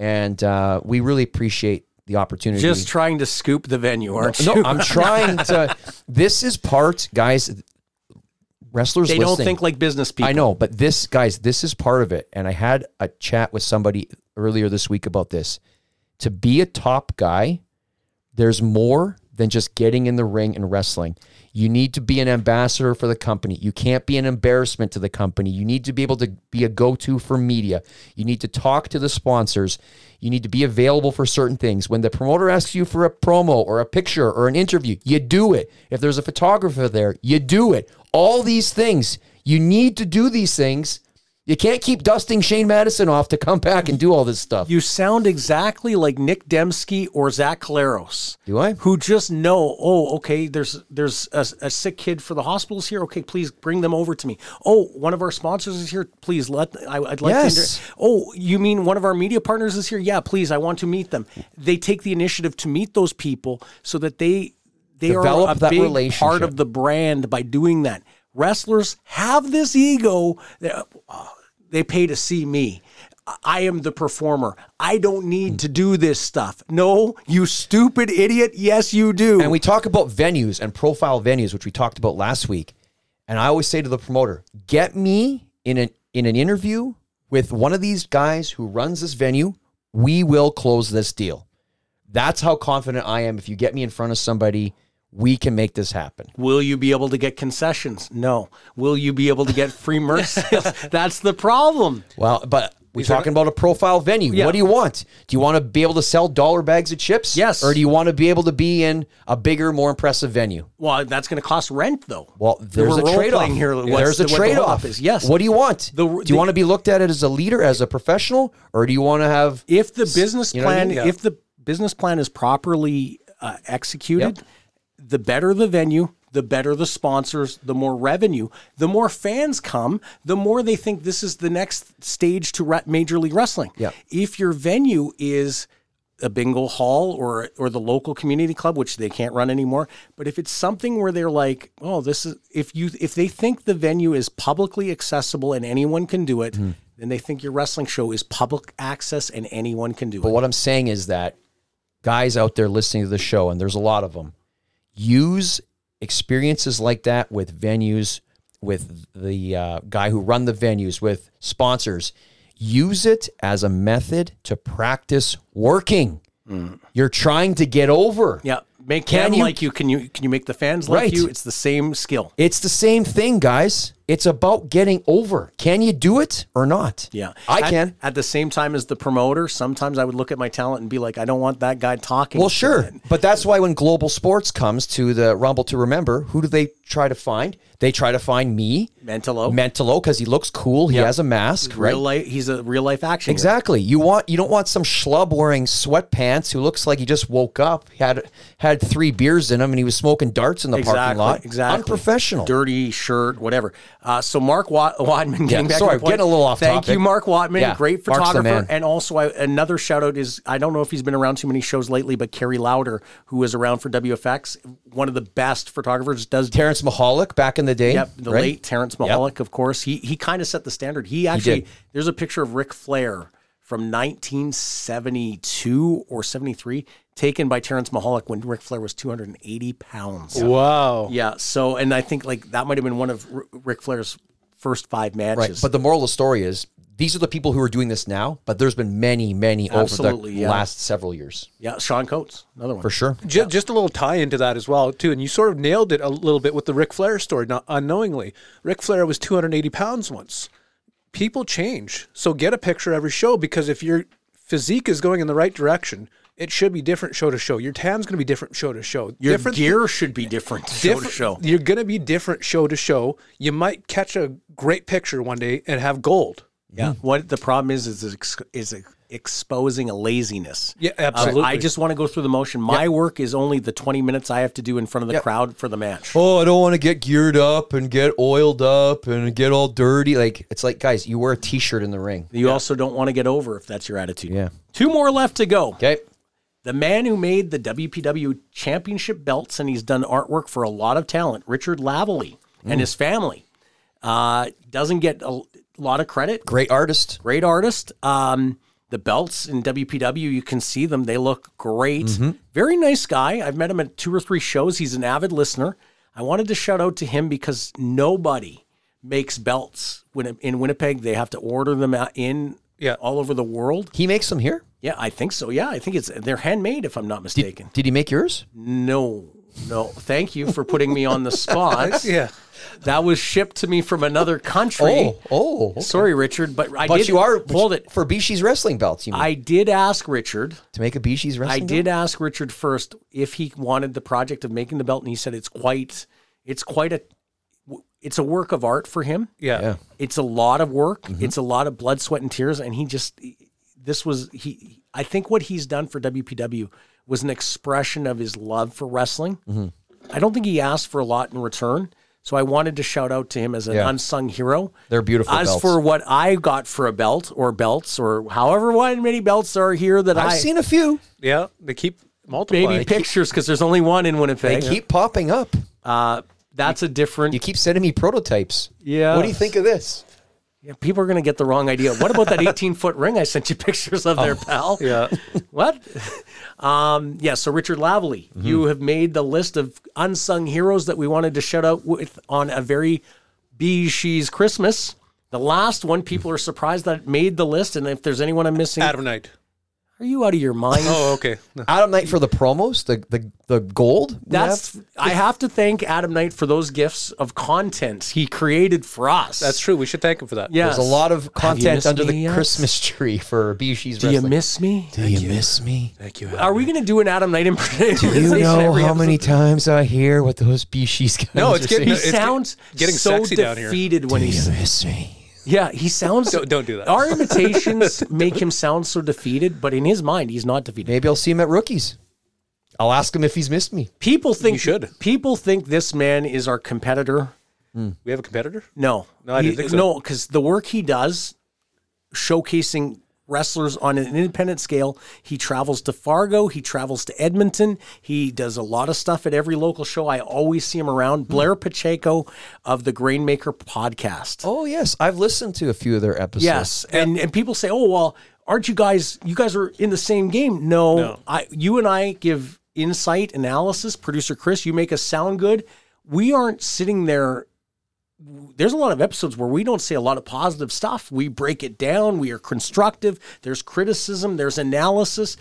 Speaker 6: and uh, we really appreciate the opportunity."
Speaker 4: Just trying to scoop the venue, aren't
Speaker 6: Mm. no,
Speaker 4: you? [LAUGHS]
Speaker 6: I'm trying to. This is part, guys. Wrestlers
Speaker 4: they
Speaker 6: listening.
Speaker 4: don't think like business people.
Speaker 6: I know, but this, guys, this is part of it. And I had a chat with somebody earlier this week about this. To be a top guy, there's more than just getting in the ring and wrestling. You need to be an ambassador for the company. You can't be an embarrassment to the company. You need to be able to be a go to for media. You need to talk to the sponsors. You need to be available for certain things. When the promoter asks you for a promo or a picture or an interview, you do it. If there's a photographer there, you do it. All these things. You need to do these things. You can't keep dusting Shane Madison off to come back and do all this stuff.
Speaker 4: You sound exactly like Nick Dembski or Zach Caleros.
Speaker 6: do I?
Speaker 4: who just know, oh, okay, there's there's a, a sick kid for the hospitals here. Okay, please bring them over to me. Oh, one of our sponsors is here. Please let I, I'd like
Speaker 6: Yes.
Speaker 4: to. Inter- oh, you mean one of our media partners is here? Yeah, please, I want to meet them. They take the initiative to meet those people so that they they
Speaker 6: Develop
Speaker 4: are a
Speaker 6: that
Speaker 4: big part
Speaker 6: relationship.
Speaker 4: of the brand by doing that. Wrestlers have this ego that they pay to see me. I am the performer. I don't need to do this stuff. No, you stupid idiot. Yes, you do.
Speaker 6: And we talk about venues and profile venues, which we talked about last week. And I always say to the promoter, get me in an in an interview with one of these guys who runs this venue. We will close this deal. That's how confident I am. If you get me in front of somebody, we can make this happen.
Speaker 4: Will you be able to get concessions? No. Will you be able to get [LAUGHS] free merch sales? That's the problem.
Speaker 6: Well, but we're talking about a profile venue.
Speaker 4: Yeah.
Speaker 6: What do you want? Do you want to be able to sell dollar bags of chips?
Speaker 4: Yes.
Speaker 6: Or do you want to be able to be in a bigger, more impressive venue?
Speaker 4: Well, that's going to cost rent, though.
Speaker 6: Well, there's
Speaker 4: We're
Speaker 6: a trade-off
Speaker 4: role-playing here. What's
Speaker 6: There's a
Speaker 4: the- what the
Speaker 6: trade-off.
Speaker 4: holdup is. Yes.
Speaker 6: What do you want?
Speaker 4: The-
Speaker 6: do you want to be looked at as a leader, as a professional, or do you want to have?
Speaker 4: if the business
Speaker 6: you know what I
Speaker 4: plan
Speaker 6: mean? Yeah.
Speaker 4: if the business plan is properly uh, executed
Speaker 6: Yep.
Speaker 4: the better the venue the better the sponsors the more revenue the more fans come the more they think this is the next stage to re- major league wrestling
Speaker 6: Yep.
Speaker 4: if your venue is a bingo hall or or the local community club, which they can't run anymore. But if it's something where they're like, oh, this is if you if they think the venue is publicly accessible and anyone can do it,
Speaker 6: Hmm.
Speaker 4: then they think your wrestling show is public access and anyone can do
Speaker 6: But
Speaker 4: it.
Speaker 6: what I'm saying is that guys out there listening to the show, and there's a lot of them, use experiences like that with venues, with the uh, guy who run the venues, with sponsors. Use it as a method to practice working. You're trying to get over.
Speaker 4: Mm. Yeah, make
Speaker 6: Can
Speaker 4: them
Speaker 6: you-
Speaker 4: like you. Can you can you make the fans
Speaker 6: Right.
Speaker 4: like you? It's the same skill.
Speaker 6: It's the same thing, guys. It's about getting over. Can you do it or not?
Speaker 4: Yeah,
Speaker 6: I
Speaker 4: At-
Speaker 6: can.
Speaker 4: At the same time as the promoter, sometimes I would look at my talent and be like, I don't want that guy talking.
Speaker 6: Well,
Speaker 4: shit.
Speaker 6: sure. But that's why when Global Sports comes to the Rumble to Remember, who do they try to find? They try to find me,
Speaker 4: Mentalo.
Speaker 6: Mentalo, because he looks cool. He has a mask, right?
Speaker 4: real life. He's a real life action. hero.
Speaker 6: Exactly. You want you don't want some schlub wearing sweatpants who looks like he just woke up, had had three beers in him, and he was smoking darts in the parking lot.
Speaker 4: Exactly.
Speaker 6: Unprofessional.
Speaker 4: Dirty shirt, whatever. Uh, so Mark Wat- Wadman, getting back
Speaker 6: sorry,
Speaker 4: to the point,
Speaker 6: getting a little off
Speaker 4: Thank
Speaker 6: topic.
Speaker 4: you, Mark Watman.
Speaker 6: Yeah,
Speaker 4: Great
Speaker 6: Mark's the man.
Speaker 4: photographer. And also I, another shout out is, I don't know if he's been around too many shows lately, but Kerry Louder, who was around for WFX, one of the best photographers, does
Speaker 6: Terrence Mahalik back in the day.
Speaker 4: Yep, the
Speaker 6: right?
Speaker 4: late Terrence Mahalik, of course. He he kind of set the standard. He actually
Speaker 6: did.
Speaker 4: there's a picture of Ric Flair from 1972 or 73 taken by Terrence Mahalik when Ric Flair was 280 pounds.
Speaker 7: Wow.
Speaker 4: Yeah. So, and I think like that might have been one of R- Ric Flair's first five
Speaker 6: Right.
Speaker 4: matches.
Speaker 6: But the moral of the story is these are the people who are doing this now, but there's been many, many
Speaker 4: Absolutely,
Speaker 6: over the
Speaker 4: yeah.
Speaker 6: last several years.
Speaker 4: yeah, Sean Coates, another one
Speaker 6: For sure.
Speaker 7: Ju- Just a little tie into that as well, too. And you sort of nailed it a little bit with the Ric Flair story, not unknowingly. Ric Flair was 280 pounds once. People change. So get a picture every show because if your physique is going in the right direction, it should be different show to show. Your tan's going to be different show to show.
Speaker 4: Your
Speaker 7: different
Speaker 4: gear should be different show to
Speaker 7: different-
Speaker 4: show.
Speaker 7: You're going to be different show to show. You might catch a great picture one day and have gold.
Speaker 4: Yeah. What the problem is is ex- is ex- exposing a laziness.
Speaker 7: Yeah,
Speaker 4: Of,
Speaker 7: absolutely.
Speaker 4: I just want to go through the motion. My work is only the 20 minutes I have to do in front of the crowd for the match.
Speaker 6: Oh, I don't want to get geared up and get oiled up and get all dirty. Like it's like, guys, you wear a t-shirt in the ring.
Speaker 4: You also don't want to get over if that's your attitude.
Speaker 6: Yeah.
Speaker 4: Two more left to go.
Speaker 6: Okay.
Speaker 4: The man who made the WPW championship belts, and he's done artwork for a lot of talent, Richard Lavalley and his family, uh, doesn't get a lot of credit.
Speaker 6: Great artist.
Speaker 4: Great artist. Um, the belts in WPW, you can see them. They look great. Very nice guy. I've met him at two or three shows. He's an avid listener. I wanted to shout out to him because nobody makes belts when in Winnipeg. They have to order them out in
Speaker 7: Yeah.
Speaker 4: all over the world.
Speaker 6: He makes them here.
Speaker 4: Yeah, I think so. Yeah, I think it's they're handmade if I'm not mistaken.
Speaker 6: Did he make yours?
Speaker 4: No, no. Thank you for putting me on the
Speaker 6: [LAUGHS]
Speaker 4: spot.
Speaker 7: Yeah.
Speaker 4: That was shipped to me from another country.
Speaker 6: oh. okay.
Speaker 4: Sorry, Richard, but I
Speaker 6: But
Speaker 4: did
Speaker 6: you are
Speaker 4: hold it.
Speaker 6: for Bishi's wrestling belts. You mean,
Speaker 4: I did ask Richard.
Speaker 6: to make a Bishi's
Speaker 4: I
Speaker 6: wrestling.
Speaker 4: did ask Richard first if he wanted the project of making the belt, and he said it's quite, it's quite a, it's a work of art for him.
Speaker 7: Yeah.
Speaker 6: Yeah.
Speaker 4: It's a lot of work.
Speaker 6: Mm-hmm.
Speaker 4: It's a lot of blood, sweat, and tears. And he just, this was, he, I think what he's done for WPW was an expression of his love for wrestling.
Speaker 6: Mm-hmm.
Speaker 4: I don't think he asked for a lot in return. So I wanted to shout out to him as an
Speaker 6: Yeah.
Speaker 4: unsung hero.
Speaker 6: They're beautiful
Speaker 4: As
Speaker 6: belts.
Speaker 4: for what I got for a belt or belts or however many belts are here that
Speaker 6: I've
Speaker 4: I-
Speaker 6: seen a few.
Speaker 7: Yeah. They keep multiplying.
Speaker 4: baby pictures because there's only one in
Speaker 6: They
Speaker 4: Winnipeg.
Speaker 6: keep popping up.
Speaker 4: uh, that's a different.
Speaker 6: You keep sending me prototypes. Yeah. What do you think of this?
Speaker 4: yeah, people are going to get the wrong idea. What about
Speaker 6: [LAUGHS]
Speaker 4: that 18 foot ring I sent you pictures
Speaker 6: Oh,
Speaker 4: of there, pal? [LAUGHS] Yeah. what? Um, yeah. So Richard Lavalley,
Speaker 7: Mm-hmm.
Speaker 4: you have made the list of unsung heroes that we wanted to shout out with on a very bee she's Christmas. The last one, people are surprised that it made the list. And if there's anyone I'm missing,
Speaker 7: Adam Knight.
Speaker 4: are you out of your mind?
Speaker 7: Oh, okay. No.
Speaker 6: Adam Knight for the promos, the the the gold. we
Speaker 4: [LAUGHS] That's
Speaker 6: have?
Speaker 4: I have to thank Adam Knight for those gifts of content he created for us.
Speaker 7: That's true. We should thank him for that.
Speaker 4: Yes.
Speaker 6: there's a lot of
Speaker 4: Have you
Speaker 6: content
Speaker 4: missed
Speaker 6: under the
Speaker 4: me yet?
Speaker 6: Christmas [LAUGHS] tree for Bishi's
Speaker 4: Do you
Speaker 6: wrestling.
Speaker 4: miss me?
Speaker 6: do you miss
Speaker 4: [LAUGHS]
Speaker 6: me?
Speaker 7: Thank you. Adam.
Speaker 4: Are we going to do an Adam Knight impersonation? [LAUGHS]
Speaker 6: You know
Speaker 4: every
Speaker 6: how
Speaker 4: episode?
Speaker 6: many times I hear what those Bishi's guys
Speaker 7: No, it's
Speaker 6: are
Speaker 7: getting-
Speaker 4: He
Speaker 6: saying.
Speaker 7: it's get-
Speaker 4: sounds
Speaker 7: getting
Speaker 4: so
Speaker 7: sexy down here.
Speaker 4: defeated when
Speaker 6: Do
Speaker 4: he's
Speaker 6: you miss me?
Speaker 4: yeah. He sounds
Speaker 7: Don't- don't do that.
Speaker 4: Our
Speaker 7: [LAUGHS]
Speaker 4: imitations make him sound so defeated, but in his mind, he's not defeated.
Speaker 6: Maybe I'll see him at rookies. I'll ask him if he's missed me.
Speaker 4: People think
Speaker 7: should.
Speaker 4: people think this man is our competitor.
Speaker 7: We have a competitor?
Speaker 4: No,
Speaker 7: No, I didn't
Speaker 4: He-
Speaker 7: think so.
Speaker 4: No, because the work he does, showcasing wrestlers on an independent scale. He travels to Fargo, he travels to Edmonton, he does a lot of stuff at every local show. I always see him around.
Speaker 7: Hmm.
Speaker 4: Blair Pacheco of the Grainmaker podcast.
Speaker 6: Oh yes, I've listened to a few of their episodes.
Speaker 4: Yes, and and people say, "Oh well, aren't you guys? You guys are in the same game." No, I. You and I give insight, analysis. Producer Chris, you make us sound good. We aren't sitting there. There's a lot of episodes where we don't say a lot of positive stuff. We break it down. We are constructive. There's criticism. There's analysis.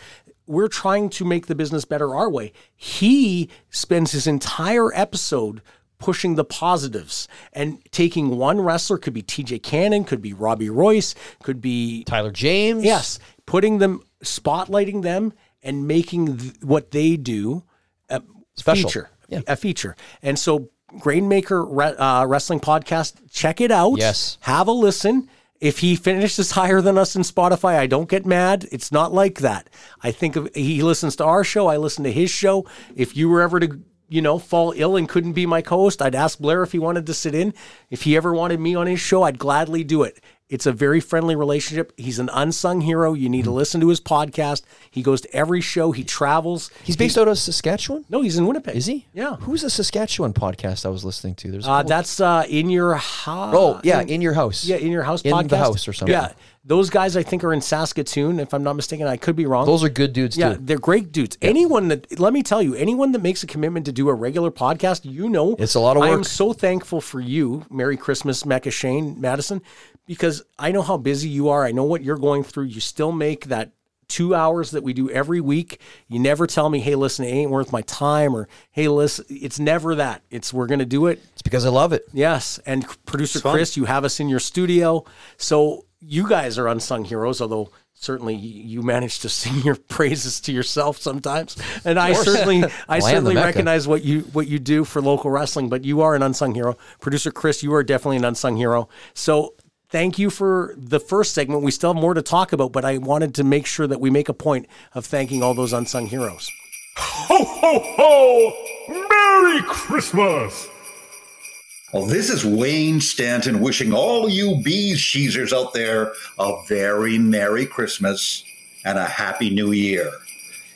Speaker 4: We're trying to make the business better our way. He spends his entire episode pushing the positives and taking one wrestler could be TJ Cannon, could be Robbie Royce, could be
Speaker 6: Tyler James.
Speaker 4: Yes, putting them, spotlighting them, and making th- what they do a
Speaker 6: Special.
Speaker 4: feature.
Speaker 6: Yeah.
Speaker 4: A feature. And so, Grainmaker Re- uh, Wrestling Podcast, check it out.
Speaker 6: Yes.
Speaker 4: Have a listen. If he finishes [LAUGHS] higher than us in Spotify, I don't get mad. It's not like that. I think of, he listens to our show. I listen to his show. If you were ever to, you know, fall ill and couldn't be my co-host, I'd ask Blair if he wanted to sit in. If he ever wanted me on his show, I'd gladly do it. It's a very friendly relationship. He's an unsung hero. You need to listen to his podcast. He goes to every show. He travels.
Speaker 6: He's based out of Saskatchewan.
Speaker 4: No, he's in Winnipeg.
Speaker 6: Is he?
Speaker 4: Yeah.
Speaker 6: Who's the Saskatchewan podcast I was listening to? There's a
Speaker 4: Uh,
Speaker 6: couple-
Speaker 4: that's uh, in your house.
Speaker 6: oh yeah, in, your house.
Speaker 4: Yeah, in your house
Speaker 6: in
Speaker 4: podcast.
Speaker 6: the house or something.
Speaker 4: Yeah. Those guys I think are in Saskatoon, if I'm not mistaken. I could be wrong.
Speaker 6: those are good dudes
Speaker 4: yeah,
Speaker 6: too.
Speaker 4: they're great dudes. Anyone that let me tell you, anyone that makes a commitment to do a regular podcast, you know
Speaker 6: It's a lot of
Speaker 4: I am
Speaker 6: work.
Speaker 4: so thankful for you. Merry Christmas, Mecca Shane Madison, because I know how busy you are. I know what you're going through. You still make that two hours that we do every week. You never tell me, hey, listen, it ain't worth my time, or hey, listen, it's never that. It's we're gonna do it.
Speaker 6: It's because I love it.
Speaker 4: Yes, and c- producer Chris, you have us in your studio, so you guys are unsung heroes. Although certainly y- you manage to [LAUGHS] sing your praises to yourself sometimes, and I certainly, I
Speaker 6: the
Speaker 4: certainly
Speaker 6: Mecca.
Speaker 4: recognize what you what you do for local wrestling. But you are an unsung hero, producer Chris. You are definitely an unsung hero. So thank you for the first segment. We still have more to talk about, but I wanted to make sure that we make a point of thanking all those unsung heroes.
Speaker 8: Ho, ho, ho! Merry Christmas!
Speaker 9: Well, this is Wayne Stanton wishing all you beesheezers out there a very Merry Christmas and a Happy New Year.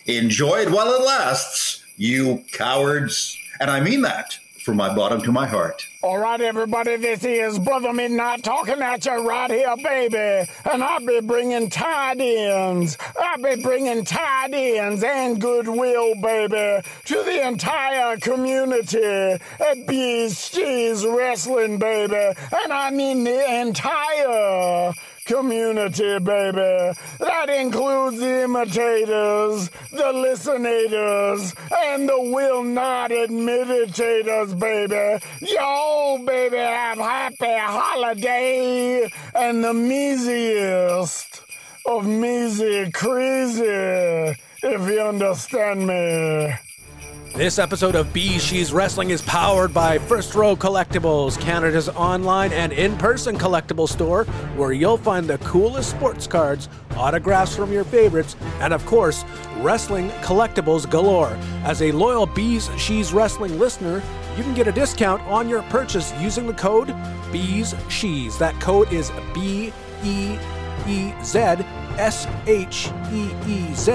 Speaker 9: Enjoy it while it lasts, you cowards. And I mean that from my bottom to my heart.
Speaker 8: All right, everybody, this is Brother Midnight talking at you right here, baby. And I'll be bringing tight ends. I'll be bringing tight ends and goodwill, baby, to the entire community at BC's Wrestling, baby. And I mean the entire community, baby. That includes the imitators, the listenators, and the will not admit imitators, baby. Y'all, baby, have happy holiday and the measiest of measy crazy, if you understand me.
Speaker 7: This episode of B She's Wrestling is powered by First Row Collectibles, Canada's online and in person collectible store, where you'll find the coolest sports cards, autographs from your favorites, and of course, wrestling collectibles galore. As a loyal Bees She's Wrestling listener, you can get a discount on your purchase using the code Bees She's. That code is B E E Z S H E E Z,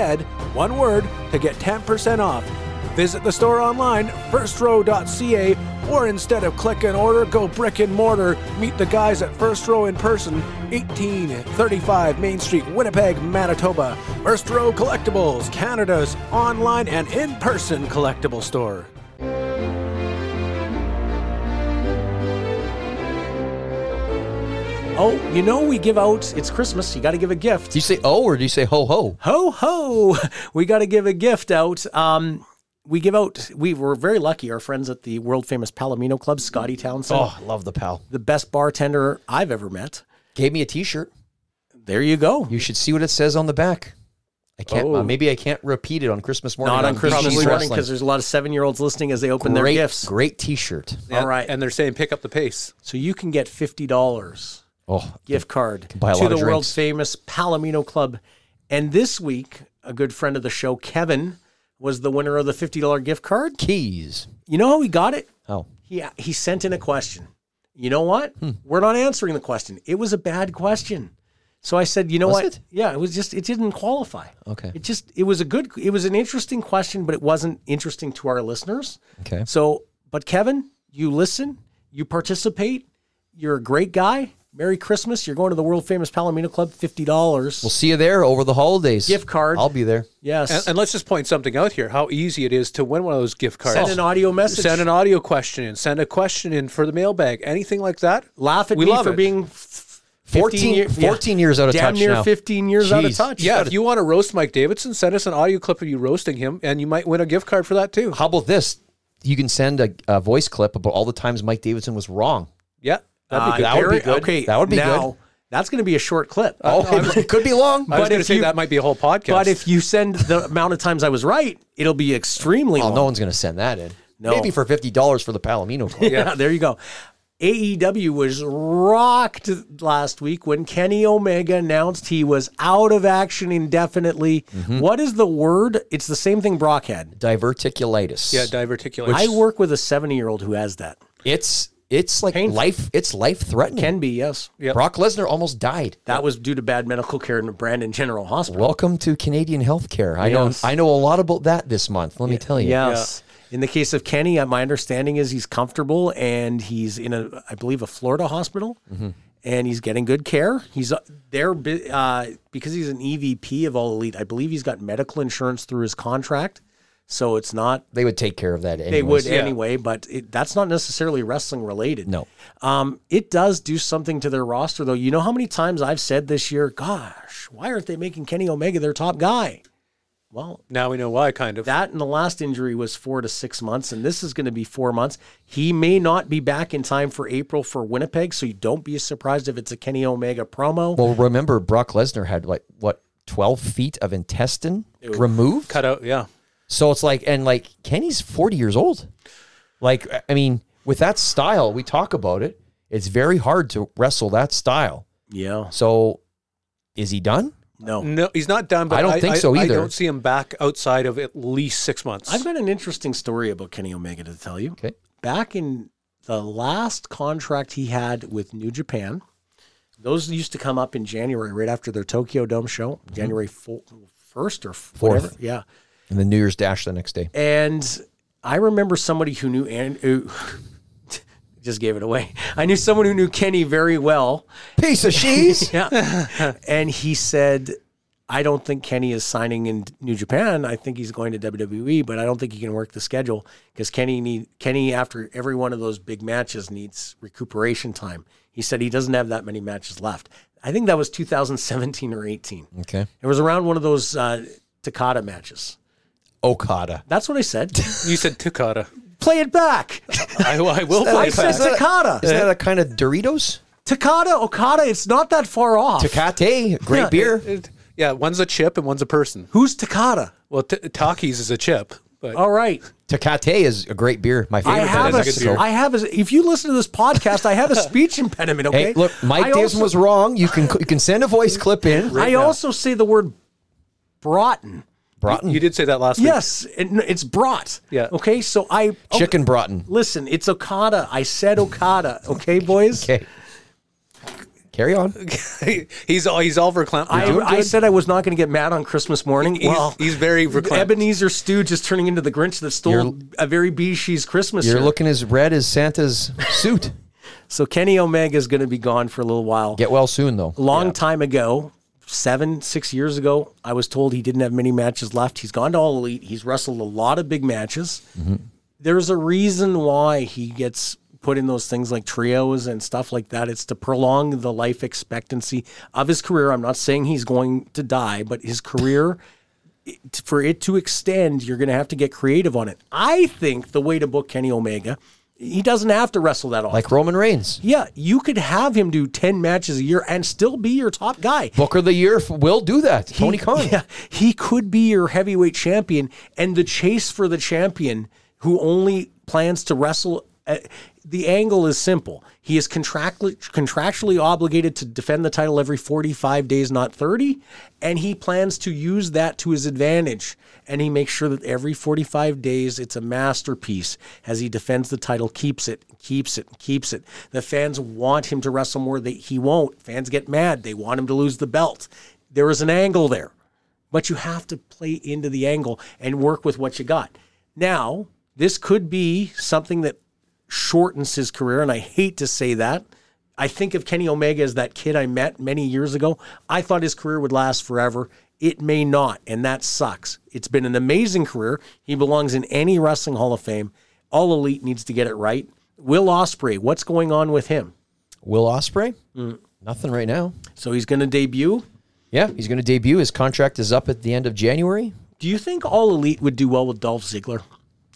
Speaker 7: one word, to get 10% off. Visit the store online, firstrow.ca, or instead of click and order, go brick and mortar. Meet the guys at First Row in person, 1835 Main Street, Winnipeg, Manitoba. First Row Collectibles, Canada's online and in person collectible store.
Speaker 4: Oh, you know we give out. It's Christmas. You got to give a gift.
Speaker 6: Do you say oh or do you say ho ho?
Speaker 4: ho ho we got to give a gift out um we give out we were very lucky our friends at the world famous palomino club scotty townsend
Speaker 6: Oh, I love the pal.
Speaker 4: the best bartender i've ever met
Speaker 6: Gave me a T-shirt.
Speaker 4: there you go
Speaker 6: You should see what it says on the back. I can't.
Speaker 7: Oh.
Speaker 6: uh, maybe I can't repeat it on Christmas morning.
Speaker 4: not on christmas
Speaker 6: BG's
Speaker 4: morning
Speaker 6: Wrestling.
Speaker 4: because there's a lot of seven year olds listening as they open
Speaker 6: great,
Speaker 4: their gifts
Speaker 6: great T-shirt. Oh,
Speaker 7: And-
Speaker 4: all right
Speaker 7: And they're saying pick up the pace.
Speaker 4: so you can get $50
Speaker 6: Oh,
Speaker 4: gift card to
Speaker 6: buy a lot
Speaker 4: the
Speaker 6: of
Speaker 4: world
Speaker 6: drinks.
Speaker 4: famous Palomino Club. And this week, a good friend of the show, Kevin, was the winner of the $50 gift card.
Speaker 6: keys.
Speaker 4: You know how he got it?
Speaker 6: Oh,
Speaker 4: he he
Speaker 6: Hmm.
Speaker 4: sent in a question. You know what? We're not answering the question. It was a bad question. So I said, you know
Speaker 6: Was
Speaker 4: what?
Speaker 6: it?
Speaker 4: Yeah, it was just it didn't qualify.
Speaker 6: Okay.
Speaker 4: It just it was a good it was an interesting question, but it wasn't interesting to our listeners.
Speaker 6: Okay.
Speaker 4: So, but Kevin, you listen, you participate, you're a great guy. Merry Christmas. You're going to the world famous Palomino Club, fifty dollars.
Speaker 6: We'll see you there over the holidays.
Speaker 4: Gift card.
Speaker 6: I'll be there.
Speaker 4: yes.
Speaker 7: And, and let's just point something out here: how easy it is to win one of those gift cards.
Speaker 4: Send an audio message.
Speaker 7: Send an audio question in. Send a question in for the mailbag. Anything like that.
Speaker 4: Laugh at
Speaker 7: We
Speaker 4: me
Speaker 7: love
Speaker 4: for
Speaker 7: it.
Speaker 4: being f-
Speaker 6: 14
Speaker 4: year- yeah.
Speaker 6: 14 years out of
Speaker 4: Damn
Speaker 6: touch
Speaker 4: near
Speaker 6: now.
Speaker 4: 15 years out of
Speaker 6: Jeez.
Speaker 4: touch.
Speaker 7: Yeah, if you want to roast Mike Davidson, send us an audio clip of you roasting him, and you might win a gift card for that too.
Speaker 6: How about this? You can send a, a voice clip about all the times Mike Davidson was wrong.
Speaker 7: Yeah, that'd
Speaker 4: Uh,
Speaker 7: be good.
Speaker 6: that would be
Speaker 4: very-
Speaker 6: good.
Speaker 4: Okay,
Speaker 6: That would be
Speaker 4: now, That's going to be a short clip.
Speaker 6: Oh, it could be long.
Speaker 7: I was
Speaker 4: but
Speaker 7: going to
Speaker 4: if
Speaker 7: say
Speaker 4: you-
Speaker 7: that might be a whole podcast.
Speaker 4: But if you send
Speaker 6: [LAUGHS]
Speaker 4: the amount of times I was right, it'll be extremely
Speaker 6: Well,
Speaker 4: long.
Speaker 6: Oh, no one's going to send that in.
Speaker 4: No.
Speaker 6: Maybe for fifty dollars for the Palomino Club.
Speaker 4: Yeah, [LAUGHS] there you go. AEW was rocked last week when Kenny Omega announced he was out of action indefinitely.
Speaker 6: Mm-hmm.
Speaker 4: What is the word? It's the same thing Brock had.
Speaker 6: Diverticulitis.
Speaker 7: yeah, diverticulate.
Speaker 4: I work with a 70 year old who has that.
Speaker 6: it's it's like
Speaker 4: Painful.
Speaker 6: life. It's life threatening.
Speaker 4: Can be, yes.
Speaker 7: Yep.
Speaker 6: Brock Lesnar almost died.
Speaker 4: That was due to bad medical care in Brandon General Hospital.
Speaker 6: Welcome to Canadian healthcare. I
Speaker 4: Yes.
Speaker 6: know I know a lot about that this month. Let me tell you.
Speaker 4: Yes. In the case of Kenny, uh, my understanding is he's comfortable and he's in a, I believe, a Florida hospital,
Speaker 6: Mm-hmm.
Speaker 4: and he's getting good care. He's uh, there bi- uh, because he's an EVP of All Elite. I believe he's got medical insurance through his contract, so it's not
Speaker 6: They would take care of that. Anyways.
Speaker 4: they would
Speaker 7: yeah.
Speaker 4: anyway. But it, that's not necessarily wrestling related.
Speaker 6: No.
Speaker 4: Um, it does do something to their roster, though. You know how many times I've said this year, "Gosh, why aren't they making Kenny Omega their top guy?" Well,
Speaker 7: now we know why, kind of.
Speaker 4: that and the last injury was four to six months, and this is going to be four months. He may not be back in time for April for Winnipeg, so you don't be surprised if it's a Kenny Omega promo.
Speaker 6: Well, remember Brock Lesnar had like what twelve feet of intestine removed.
Speaker 7: Cut out. Yeah,
Speaker 6: So it's like, and like Kenny's 40 years old. Like, I- I mean, with that style, we talk about it. It's very hard to wrestle that style.
Speaker 4: yeah,
Speaker 6: So is he done?
Speaker 4: no.
Speaker 7: no, he's not done. But
Speaker 6: I don't think so
Speaker 7: I
Speaker 6: either.
Speaker 7: don't see him back outside of at least six months.
Speaker 4: I've got an interesting story about Kenny Omega to tell you.
Speaker 6: Okay.
Speaker 4: Back in the last contract he had with New Japan, those used to come up in January, right after their Tokyo Dome show, January fo- 1st or Mm-hmm. Fourth. whatever. Yeah.
Speaker 6: And the New Year's Dash the next day.
Speaker 4: And I remember somebody who knew and who [LAUGHS] just gave it away. I knew someone who knew Kenny very well. [LAUGHS]
Speaker 6: Piece of cheese.
Speaker 4: Yeah. [LAUGHS] and he said, I don't think Kenny is signing in New Japan. I think he's going to WWE, but I don't think he can work the schedule because Kenny need Kenny after every one of those big matches needs recuperation time. He said he doesn't have that many matches left. I think that was 2017 or 18.
Speaker 6: okay.
Speaker 4: It was around one of those uh, Takata matches.
Speaker 6: Okada.
Speaker 4: That's what I said. [LAUGHS]
Speaker 7: you said Takata.
Speaker 4: Play it back. [LAUGHS]
Speaker 7: I, I will.
Speaker 4: I
Speaker 7: play
Speaker 4: said
Speaker 7: that.
Speaker 4: Takata.
Speaker 6: Is that a kind of Doritos?
Speaker 4: Takata, Okada, it's not that far off.
Speaker 6: Takate. Great
Speaker 4: Yeah.
Speaker 6: beer.
Speaker 7: It- Yeah, one's a chip and one's a person.
Speaker 4: Who's Takata?
Speaker 7: Well, t- Takis is a chip, but
Speaker 4: All right.
Speaker 6: Takate is a great beer. My favorite.
Speaker 4: I
Speaker 6: in
Speaker 4: have, a,
Speaker 6: Mexico.
Speaker 4: I have a, if you listen to this podcast, I have a speech impediment, okay?
Speaker 6: Hey, look, Mike
Speaker 4: I
Speaker 6: Davidson
Speaker 4: also-
Speaker 6: was wrong. You can you can send a voice clip in.
Speaker 4: I also say the word broughton.
Speaker 6: Broughton.
Speaker 7: you did say that last week.
Speaker 4: Yes, it, no, it's brought.
Speaker 7: Yeah.
Speaker 4: Okay, so I. oh,
Speaker 6: Chicken Broughton.
Speaker 4: Listen, it's Okada. I said Okada, okay, boys?
Speaker 6: Okay. Carry on.
Speaker 7: [LAUGHS] he's all he's all verklempt.
Speaker 4: I, I said I was not going to get mad on Christmas morning.
Speaker 7: He's-
Speaker 4: well,
Speaker 7: he's very verklempt.
Speaker 4: Ebenezer Stooge is turning into the Grinch that stole
Speaker 6: You're-
Speaker 4: a very Beeshee's Christmas.
Speaker 6: You're
Speaker 4: here.
Speaker 6: looking as red as Santa's suit.
Speaker 4: So Kenny Omega is going to be gone for a little while.
Speaker 6: Get well soon, though.
Speaker 4: Long time ago, seven, six years ago, I was told he didn't have many matches left. He's gone to All Elite. He's wrestled a lot of big matches. There's a reason why he gets put in those things like trios and stuff like that. It's to prolong the life expectancy of his career. I'm not saying he's going to die, but his career t- for it to extend, you're going to have to get creative on it. I think the way to book Kenny Omega, he doesn't have to wrestle that often.
Speaker 6: Like Roman Reigns.
Speaker 4: Yeah, you could have him do 10 matches a year and still be your top guy.
Speaker 6: Booker of the Year f- will do that. Tony
Speaker 4: He-
Speaker 6: Khan.
Speaker 4: Yeah, he could be your heavyweight champion and the chase for the champion who only plans to wrestle. uh, the angle is simple. He is contractually, contractually obligated to defend the title every 45 days, not 30. And he plans to use that to his advantage. And he makes sure that every 45 days it's a masterpiece as he defends the title, keeps it, keeps it, keeps it. The fans want him to wrestle more. They, he won't. Fans get mad. They want him to lose the belt. There is an angle there but you have to play into the angle and work with what you got. Now, this could be something that shortens his career, and I hate to say that. I think of Kenny Omega as that kid I met many years ago. I thought his career would last forever. It may not, and that sucks. It's been an amazing career. He belongs in any wrestling Hall of Fame. All Elite needs to get it right. Will Osprey, what's going on with him?
Speaker 6: Will Osprey?
Speaker 4: Mm.
Speaker 6: Nothing right now.
Speaker 4: So he's going to debut.
Speaker 6: Yeah, he's going to debut. His contract is up at the end of January.
Speaker 4: Do you think All Elite would do well with Dolph Ziggler?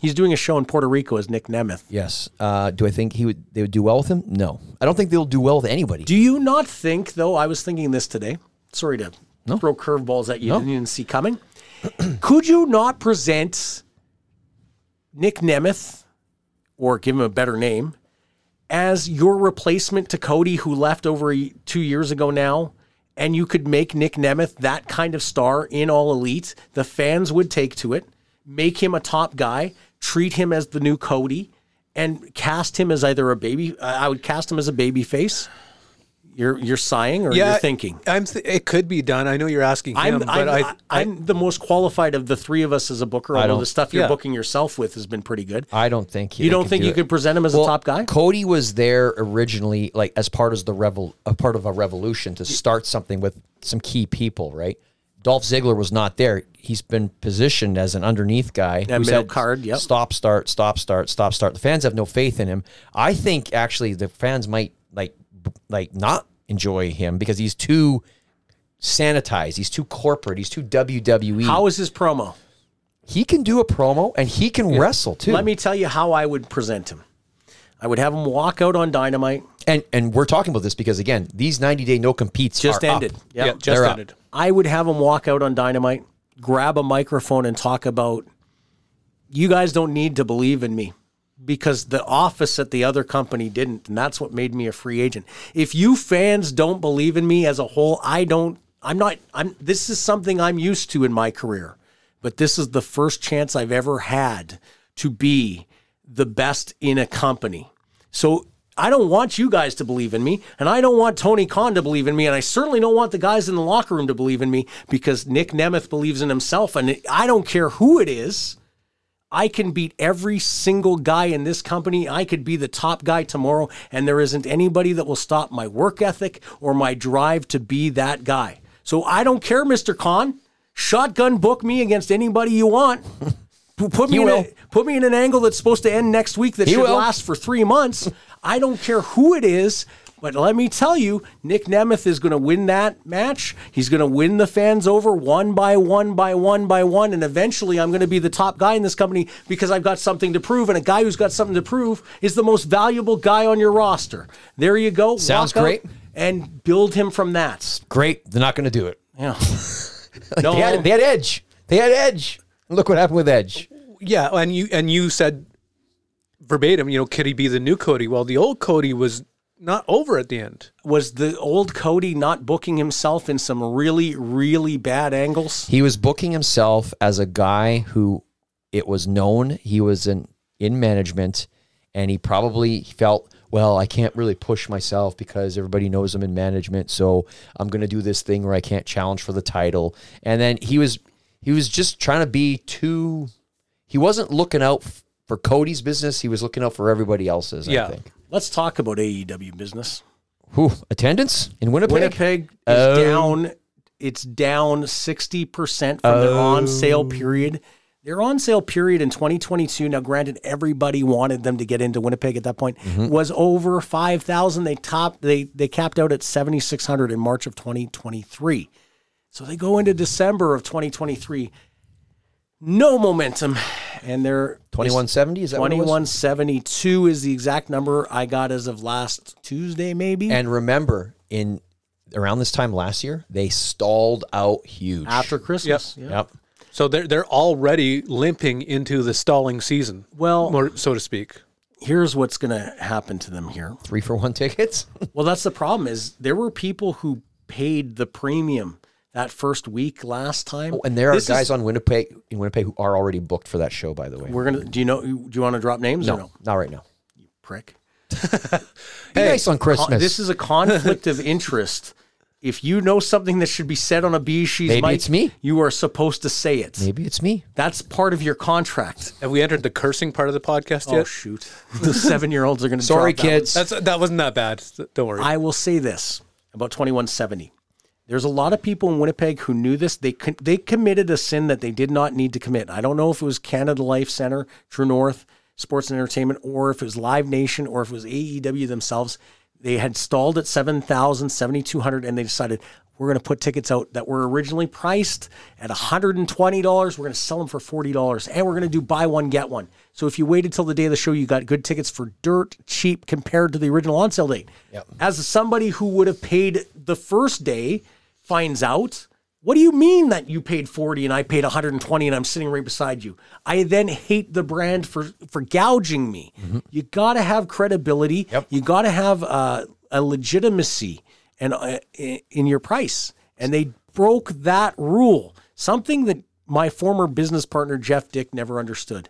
Speaker 4: He's doing a show in Puerto Rico as Nick Nemeth.
Speaker 6: Yes. Uh, do I think he would? They would do well with him? No, I don't think they'll do well with anybody.
Speaker 4: Do you not think, though? I was thinking this today. Sorry to throw curveballs at you didn't even see coming. Could you not present Nick Nemeth, or give him a better name, as your replacement to Cody, who left over a- two years ago now? And you could make Nick Nemeth that kind of star in All Elite. The fans would take to it, make him a top guy, treat him as the new Cody, and cast him as either a baby. I I would cast him as a baby face. You're you're sighing or you're thinking.
Speaker 7: I'm. Th- it could be done. I know you're asking him,
Speaker 4: I'm,
Speaker 7: but
Speaker 4: I'm,
Speaker 7: I,
Speaker 4: I, am the most qualified of the three of us as a booker. Although
Speaker 6: don't-
Speaker 4: the stuff you're
Speaker 7: yeah.
Speaker 4: booking yourself with has been pretty good.
Speaker 6: I don't think he,
Speaker 4: you
Speaker 6: they
Speaker 4: don't
Speaker 6: can
Speaker 4: think
Speaker 6: do
Speaker 4: you
Speaker 6: it.
Speaker 4: could present him as
Speaker 6: Well,
Speaker 4: a top guy?
Speaker 6: Cody was there originally, like as part of the revol, a part of a revolution to start something with some key people, right? Dolph Ziggler was not there. He's been positioned as an underneath guy.
Speaker 4: Yeah,
Speaker 6: who's
Speaker 4: middle
Speaker 6: had
Speaker 4: card, yep.
Speaker 6: Stop, start, stop, start, stop, start. The fans have no faith in him. I think actually the fans might like, b- like not enjoy him because he's too sanitized. He's too corporate. He's too WWE.
Speaker 4: How is his promo?
Speaker 6: he can do a promo and he can wrestle too.
Speaker 4: Let me tell you how I would present him. I would have him walk out on Dynamite.
Speaker 6: and and we're talking about this because again, these ninety day no competes
Speaker 4: Just
Speaker 6: are up.
Speaker 4: ended.
Speaker 7: yeah,
Speaker 4: Yep.
Speaker 7: just
Speaker 6: they're up.
Speaker 7: ended.
Speaker 4: I would have him walk out on Dynamite, grab a microphone, and talk about you guys don't need to believe in me because the office at the other company didn't. And that's what made me a free agent. If you fans don't believe in me as a whole, I don't, I'm not, I'm, this is something I'm used to in my career, but this is the first chance I've ever had to be the best in a company. So I don't want you guys to believe in me, and I don't want Tony Khan to believe in me, and I certainly don't want the guys in the locker room to believe in me because Nick Nemeth believes in himself, and I don't care who it is. I can beat every single guy in this company. I could be the top guy tomorrow, and there isn't anybody that will stop my work ethic or my drive to be that guy. So I don't care, Mr. Khan. Shotgun book me against anybody you want. [LAUGHS] P- Put me,
Speaker 6: He
Speaker 4: in a,
Speaker 6: will.
Speaker 4: put me in an angle that's supposed to end next week that
Speaker 6: He
Speaker 4: should
Speaker 6: will.
Speaker 4: last for three months. I don't care who it is, but let me tell you, Nick Nemeth is going to win that match. He's going to win the fans over one by one by one by one, and eventually I'm going to be the top guy in this company because I've got something to prove. And a guy who's got something to prove is the most valuable guy on your roster. There you go.
Speaker 6: Sounds
Speaker 4: Walk out
Speaker 6: great.
Speaker 4: And build him from that.
Speaker 6: Great, they're not going to do it.
Speaker 4: Yeah.
Speaker 6: Like,
Speaker 4: No.
Speaker 6: [LAUGHS] they, had, they had Edge. They had Edge. And Look what happened with Edge.
Speaker 7: yeah, and you and you said verbatim. You know, could he be the new Cody? Well, the old Cody was not over at the end.
Speaker 4: Was the old Cody not booking himself in some really, really bad angles?
Speaker 6: He was booking himself as a guy who it was known he was in in management, and he probably felt. Well, I can't really push myself because everybody knows I'm in management, so I'm going to do this thing where I can't challenge for the title. And then he was he was just trying to be too he wasn't looking out f- for Cody's business. He was looking out for everybody else's.
Speaker 7: Yeah.
Speaker 6: I think.
Speaker 4: Let's talk about AEW business.
Speaker 6: Who attendance in Winnipeg?
Speaker 4: Winnipeg is
Speaker 6: Oh.
Speaker 4: down. It's down sixty percent from their on
Speaker 6: Oh.
Speaker 4: sale period. Their on sale period in 2022. Now, granted, everybody wanted them to get into Winnipeg at that point.
Speaker 6: Mm-hmm.
Speaker 4: Was over 5,000. They topped. They they capped out at 7,600 in March of 2023. So they go into December of 2023. No momentum, and they're
Speaker 6: 2170 is that what it was?
Speaker 4: 2172 is the exact number I got as of last Tuesday, maybe.
Speaker 6: And remember, in around this time last year, they stalled out huge.
Speaker 4: after Christmas. yeah.
Speaker 6: yep,
Speaker 7: So they're they're already limping into the stalling season,
Speaker 4: Well,
Speaker 7: more, so to speak.
Speaker 4: here's what's going to happen to them here.
Speaker 6: Three for one [LAUGHS] tickets.
Speaker 4: Well, that's the problem is there were people who paid the premium that first week last time.
Speaker 6: Oh, and there are
Speaker 4: This is-
Speaker 6: guys on Winnipeg in Winnipeg who are already booked for that show. By the way,
Speaker 4: we're gonna. Do you know? Do you want to drop names?
Speaker 6: no,
Speaker 4: or no?
Speaker 6: not right now.
Speaker 4: prick.
Speaker 6: Be nice on Christmas.
Speaker 4: Con- this is a conflict
Speaker 6: [LAUGHS]
Speaker 4: of interest. If you know something that should be said on a bee, she's
Speaker 6: Maybe
Speaker 4: mic,
Speaker 6: it's me.
Speaker 4: You are supposed to say it.
Speaker 6: maybe it's me.
Speaker 4: That's part of your contract.
Speaker 7: Have we entered the cursing part of the podcast
Speaker 4: Oh
Speaker 7: yet?
Speaker 4: shoot! [LAUGHS] The seven-year-olds are going to.
Speaker 6: Sorry, kids.
Speaker 7: That's that wasn't that bad. Don't worry.
Speaker 4: I will say this about 2170. There's a lot of people in Winnipeg who knew this. They con- they committed a sin that they did not need to commit. I don't know if it was Canada Life Center, True North, Sports and Entertainment, or if it was Live Nation, or if it was AEW themselves. They had stalled at 7,000, 7,200, and they decided we're going to put tickets out that were originally priced at $120. We're going to sell them for $40, and we're going to do buy one, get one. So if you waited till the day of the show, you got good tickets for dirt cheap compared to the original on sale date. As somebody who would have paid the first day finds out, what do you mean that you paid 40 and I paid 120 and I'm sitting right beside you? I then hate the brand for for gouging me. You got to have credibility. You got to have uh, a legitimacy and uh, i- in your price. And they broke that rule. Something that my former business partner Jeff Dick never understood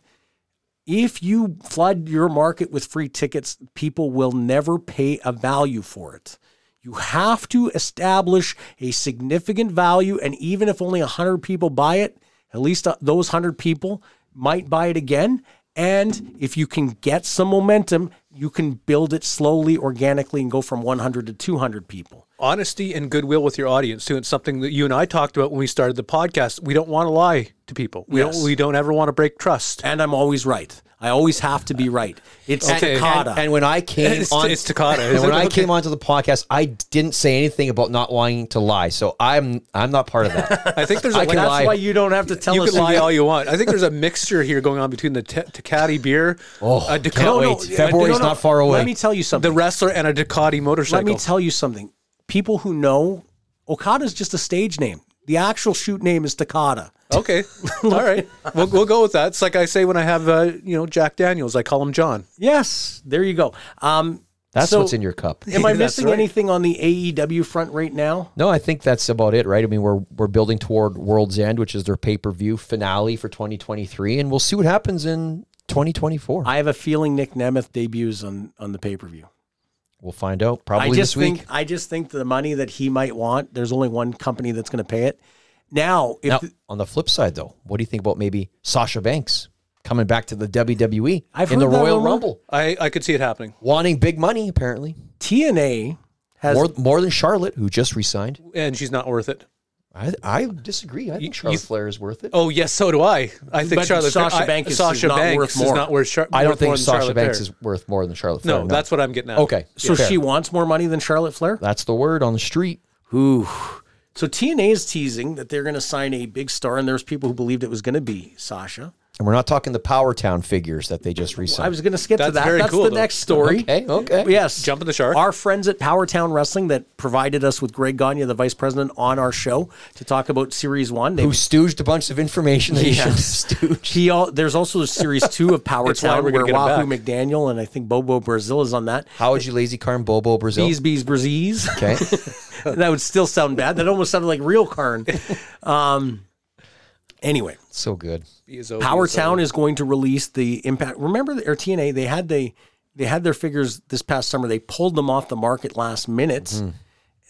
Speaker 4: if you flood your market with free tickets, people will never pay a value for it. You have to establish a significant value, and even if only 100 people buy it, at least uh, those 100 people might buy it again. And if you can get some momentum, you can build it slowly, organically, and go from 100 to 200 people.
Speaker 7: Honesty and goodwill with your audience too. It's something that you and I talked about when we started the podcast. We don't want to lie to people. We
Speaker 4: Yes.
Speaker 7: don't. We don't ever want to break trust.
Speaker 4: And I'm always right. I always have to be right. It's
Speaker 7: Okay.
Speaker 4: Takata.
Speaker 6: And when I came
Speaker 7: It's-
Speaker 6: on,
Speaker 7: it's Takata,
Speaker 6: And
Speaker 7: isn't
Speaker 6: when
Speaker 7: it?
Speaker 6: I
Speaker 7: Okay.
Speaker 6: came onto the podcast, I didn't say anything about not wanting to lie. So I'm I'm not part of that.
Speaker 7: [LAUGHS] I think there's
Speaker 6: I
Speaker 7: a
Speaker 6: can
Speaker 4: That's
Speaker 6: lie.
Speaker 4: why you don't have to tell
Speaker 7: you
Speaker 4: us
Speaker 7: can lie all you want. I think there's a mixture here going on between the Te- Ducati beer,
Speaker 6: Oh,
Speaker 7: a
Speaker 6: can't
Speaker 7: Ducati,
Speaker 6: wait.
Speaker 7: no,
Speaker 6: February's
Speaker 7: no, no.
Speaker 6: not far away.
Speaker 4: Let me tell you something.
Speaker 7: the wrestler, and a Ducati motorcycle.
Speaker 4: Let me tell you something. People who know Okada's just a stage name. The actual shoot name is Takada. [LAUGHS]
Speaker 7: okay, all right, we'll, we'll go with that. It's like I say when I have uh, you know Jack Daniels, I call him John.
Speaker 4: Yes, there you go. [LAUGHS] Um,
Speaker 6: That's
Speaker 4: So-
Speaker 6: what's in your cup.
Speaker 4: am I
Speaker 7: That's
Speaker 4: missing
Speaker 7: right.
Speaker 4: anything on the AEW front right now?
Speaker 6: No, I think that's about it, right? I mean, we're we're building toward World's End, which is their pay per view finale for 2023, and we'll see what happens in 2024.
Speaker 4: I have a feeling Nick Nemeth debuts on on the pay per view.
Speaker 6: we'll find out
Speaker 4: I
Speaker 6: probably
Speaker 4: just
Speaker 6: this week.
Speaker 4: think I just think the money that he might want. There's only one company that's going to pay it. Now, if
Speaker 6: now, on the flip side, though, what do you think about maybe Sasha Banks coming back to the WWE
Speaker 4: I've
Speaker 6: in
Speaker 4: heard
Speaker 6: the
Speaker 4: that
Speaker 6: Royal
Speaker 4: rumor.
Speaker 6: Rumble,
Speaker 7: I, I could see it happening.
Speaker 6: wanting big money apparently
Speaker 4: TNA has
Speaker 6: more more than Charlotte, who just resigned?
Speaker 7: and she's not worth it.
Speaker 6: I, I disagree. I think Charlotte
Speaker 7: you-
Speaker 6: Flair is worth it.
Speaker 7: Oh yes, so do I. I think
Speaker 4: But
Speaker 7: Charlotte
Speaker 4: Sasha
Speaker 7: I-
Speaker 4: Banks is
Speaker 7: Sasha
Speaker 4: not
Speaker 7: Banks
Speaker 4: worth
Speaker 7: is
Speaker 4: more.
Speaker 7: not worth. Char-
Speaker 6: I don't
Speaker 7: worth more
Speaker 6: think
Speaker 7: than
Speaker 6: Sasha
Speaker 7: Charlotte
Speaker 6: Banks
Speaker 7: Flair.
Speaker 6: is worth more than Charlotte Flair.
Speaker 7: No, that's what I'm getting at.
Speaker 6: okay.
Speaker 4: so
Speaker 6: fair.
Speaker 4: she wants more money than Charlotte Flair.
Speaker 6: That's the word on the street.
Speaker 4: Ooh. So TNA is teasing that they're going to sign a big star, and there's people who believed it was going to be Sasha.
Speaker 6: And we're not talking the Power Town figures that they just
Speaker 4: I
Speaker 6: resigned.
Speaker 4: was going to skip to
Speaker 7: That's
Speaker 4: that.
Speaker 7: very
Speaker 4: That's
Speaker 7: cool,
Speaker 4: the
Speaker 7: though.
Speaker 4: next story.
Speaker 6: okay, okay.
Speaker 4: Yes.
Speaker 7: Jumping the shark.
Speaker 4: Our friends at Powertown Wrestling that provided us with Greg Gagne, the vice president, on our show to talk about Series 1. They,
Speaker 6: who stooged a bunch of information that he should have
Speaker 4: [LAUGHS] Yes.
Speaker 6: stooged.
Speaker 4: he all, there's also a Series 2 of
Speaker 7: [LAUGHS] It's why
Speaker 4: Powertown
Speaker 7: we're
Speaker 4: where
Speaker 7: gonna get
Speaker 4: Wahoo
Speaker 7: him
Speaker 4: McDaniel and I think Bobo Brazil is on that.
Speaker 6: How would you lazy carn Bobo Brazil?
Speaker 4: Bees, bees, brazees.
Speaker 6: [LAUGHS]
Speaker 4: [LAUGHS]
Speaker 6: Okay.
Speaker 4: that would still sound bad. That almost sounded like real
Speaker 7: [LAUGHS]
Speaker 4: Karn. Um, anyway.
Speaker 6: so good.
Speaker 4: Power Town is going to release the impact. Remember, the- or TNA they had they they had their figures this past summer. They pulled them off the market last minute.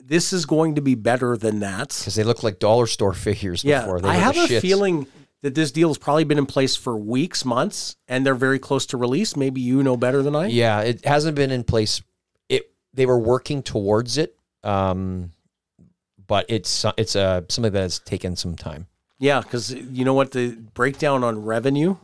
Speaker 4: This is going to be better than that.
Speaker 6: Mm-hmm. Because they look like dollar store figures
Speaker 4: Yeah,
Speaker 6: before. They
Speaker 4: I
Speaker 6: were
Speaker 4: have
Speaker 6: the
Speaker 4: a
Speaker 6: shits.
Speaker 4: feeling that this deal has probably been in place for weeks, months, and they're very close to release. Maybe you know better than I.
Speaker 6: Yeah, it hasn't been in place. It they were working towards it, um, but it's it's uh, something that has taken some time.
Speaker 4: Yeah, because you know what the breakdown on revenue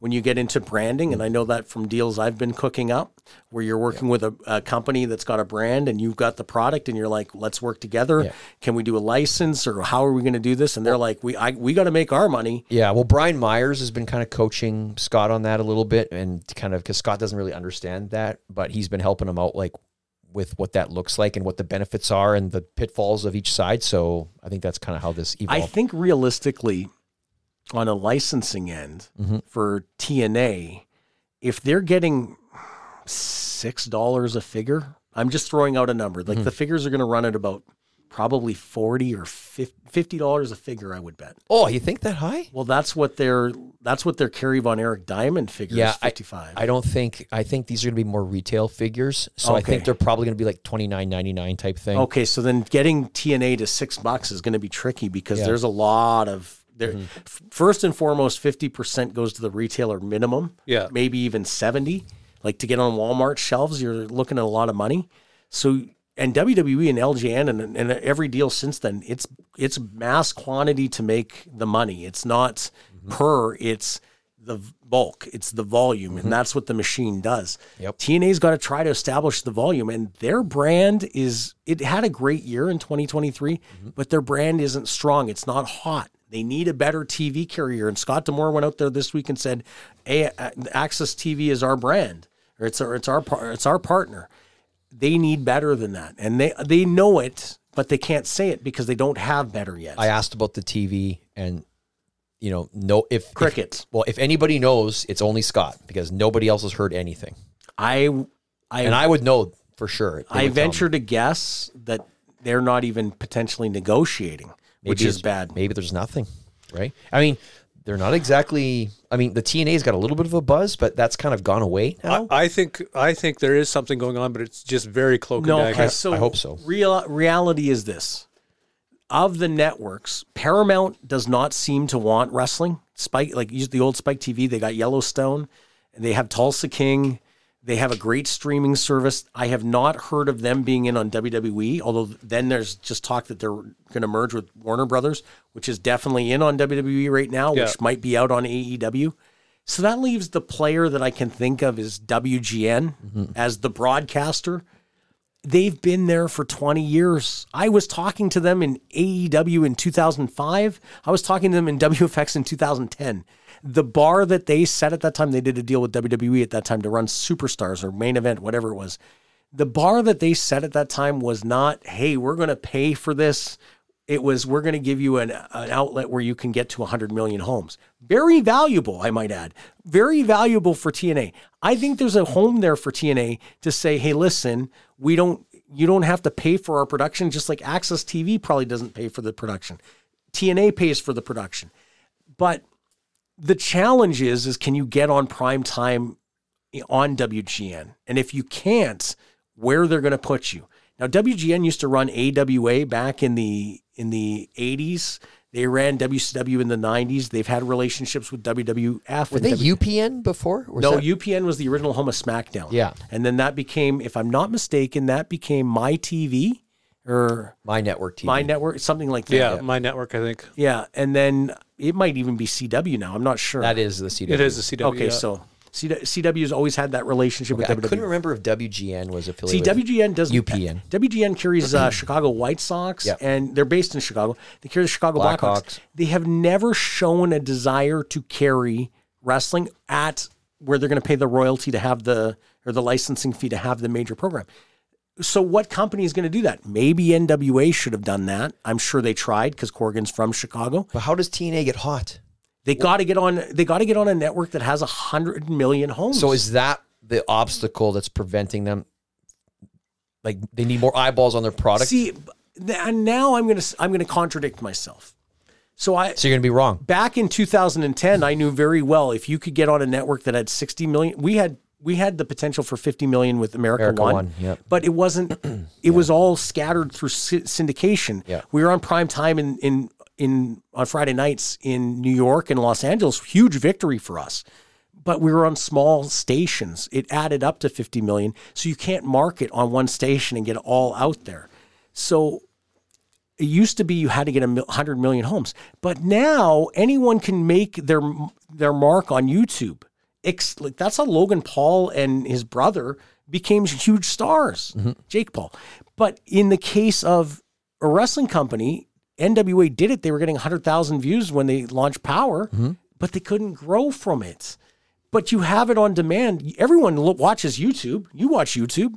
Speaker 4: when you get into branding, and I know that from deals I've been cooking up, where you're working with a, a company that's got a brand and you've got the product, and you're like, let's work together. Can we do a license, or how are we going to do this? And they're like, we I, we got to make our money.
Speaker 6: Yeah, well, Brian Myers has been kind of coaching Scott on that a little bit, and kind of because Scott doesn't really understand that, but he's been helping him out like with what that looks like and what the benefits are and the pitfalls of each side. So I think that's kind of how this evolved.
Speaker 4: I think realistically,
Speaker 6: Mm-hmm.
Speaker 4: on a licensing end for TNA, if they're getting six dollars a figure. I'm just throwing out a number. Like
Speaker 6: Mm-hmm.
Speaker 4: the figures are going to run at about probably forty or fifty dollars a figure. I would bet.
Speaker 6: Oh, you think that high?
Speaker 4: Well, that's what their that's what their Kerry Von Erich diamond figure
Speaker 6: Yeah,
Speaker 4: is.
Speaker 6: I-
Speaker 4: Fifty five.
Speaker 6: I don't think. I think these are going to be more retail figures. So I
Speaker 4: Okay.
Speaker 6: think they're probably going to be like twenty nine ninety nine type thing.
Speaker 4: Okay, so then getting TNA to six bucks is going to be tricky because
Speaker 6: Yeah. Mm-hmm.
Speaker 4: there's a lot of there. f- First and foremost, fifty percent goes to the retailer minimum.
Speaker 7: Yeah.
Speaker 4: maybe even seventy. Like to get on Walmart shelves, you're looking at a lot of money. So and WWE and LJN and, and every deal since then, it's it's mass quantity to make the money. It's not per. It's the v- bulk. It's the volume, and that's what the machine does.
Speaker 6: Yep.
Speaker 4: TNA's got to try to establish the volume, and their brand is. It had a great year in 2023, but their brand isn't strong. It's not hot. They need a better TV carrier, and Scott Demore went out there this week and said, "A- A- Access TV is our brand, or it's our it's our par- it's our partner." They need better than that, and they they know it, but they can't say it because they don't have better yet.
Speaker 6: I asked about the TV and you know no if if-
Speaker 4: Crickets.
Speaker 6: well, if anybody knows, it's only Scott because nobody else has heard anything,
Speaker 4: I I
Speaker 6: and I would know for sure. They
Speaker 4: I
Speaker 6: would tell me.
Speaker 4: venture to guess that they're not even potentially negotiating, which
Speaker 6: Maybe
Speaker 4: is
Speaker 6: it's-
Speaker 4: bad.
Speaker 6: Maybe there's nothing, right? I mean, they're not exactly. I mean, the TNA's got a little bit of a buzz, but that's kind of gone away now.
Speaker 7: I, I think I think there is something going on, but it's just very cloak
Speaker 4: No,
Speaker 7: and dagger.
Speaker 4: okay, so
Speaker 6: I hope so.
Speaker 4: Real, reality is this: of the networks, Paramount does not seem to want wrestling. Spike, like use the old Spike TV, they got Yellowstone, and they have Tulsa King. They have a great streaming service. I have not heard of them being in on WWE, although then there's just talk that they're going to merge with Warner Brothers, which is definitely in on WWE right now,
Speaker 7: Yeah.
Speaker 4: which might be out on AEW. So that leaves the player that I can think of as WGN
Speaker 6: Mm-hmm.
Speaker 4: as the broadcaster they've been there for 20 years. I was talking to them in AEW in 2005. I was talking to them in WFX in 2010. The bar that they set at that time, they did a deal with WWE at that time to run superstars or main event, whatever it was. The bar that they set at that time was not, hey, we're going to pay for this. It was, we're going to give you an, an outlet where you can get to 100 million homes. Very valuable, I might add. Very valuable for TNA. I think there's a home there for TNA to say, hey, listen, we don't, you don't have to pay for our production, just like Access TV probably doesn't pay for the production. TNA pays for the production. But the challenge is, is can you get on prime time on WGN? And if you can't, where they're going to put you. Now WGN used to run AWA back in the in the 80s. They ran WCW in the 90s. They've had relationships with WWF.
Speaker 6: Were
Speaker 4: and
Speaker 6: they
Speaker 4: W-
Speaker 6: UPN before? Or was
Speaker 4: no,
Speaker 6: that-
Speaker 4: UPN was the original home of SmackDown.
Speaker 6: Yeah.
Speaker 4: And then that became, if I'm not mistaken, that became My TV or
Speaker 6: my network TV.
Speaker 4: My Network, something like that.
Speaker 7: yeah, my network. I think
Speaker 4: Yeah. And then it might even be CW now. I'm not sure.
Speaker 6: that is the CW.
Speaker 7: it is the CW.
Speaker 4: Okay,
Speaker 7: yeah.
Speaker 4: so CW has always had that relationship
Speaker 6: I
Speaker 4: with
Speaker 6: couldn't
Speaker 4: WWF.
Speaker 6: remember if WGN was
Speaker 4: See,
Speaker 6: affiliated. with-
Speaker 4: WGN doesn't.
Speaker 6: UPN.
Speaker 4: WGN carries
Speaker 6: [CLEARS THROAT]
Speaker 4: uh, Chicago White Sox,
Speaker 6: Yep.
Speaker 4: and they're based in Chicago. They carry the Chicago Blackhawks.
Speaker 6: Blackhawks.
Speaker 4: They have never shown a desire to carry wrestling at where they're going to pay the royalty to have the or the licensing fee to have the major program. So, what company is going to do that? Maybe NWA should have done that. I'm sure they tried because Corgan's from Chicago.
Speaker 6: But how does TNA get hot?
Speaker 4: They got to get on. They got to get on a network that has a hundred million homes.
Speaker 6: So is that the obstacle that's preventing them? Like they need more eyeballs on their product.
Speaker 4: See, b- th- and now I'm gonna s- I'm gonna contradict myself. So I
Speaker 6: so you're gonna be wrong.
Speaker 4: back in 2010, I knew very well if you could get on a network that had 60 million, we had we had the potential for 50 million with America,
Speaker 6: America
Speaker 4: One,
Speaker 6: One, yep.
Speaker 4: but it wasn't.
Speaker 6: [CLEARS THROAT]
Speaker 4: It was all scattered through sy- syndication.
Speaker 6: Yeah.
Speaker 4: We were on prime time in in in on Friday nights in New York and Los Angeles. Huge victory for us. But we were on small stations. It added up to 50 million. So you can't market on one station and get it all out there. So it used to be you had to get a mil- 100 million homes but now anyone can make their their mark on youtube Ex- like, that's how logan paul and his brother became huge stars
Speaker 6: Mm-hmm.
Speaker 4: jake paul but in the case of a wrestling company nwa did it they were getting 100000 views when they launched power
Speaker 6: Mm-hmm.
Speaker 4: but they couldn't grow from it but you have it on demand everyone lo- watches youtube you watch youtube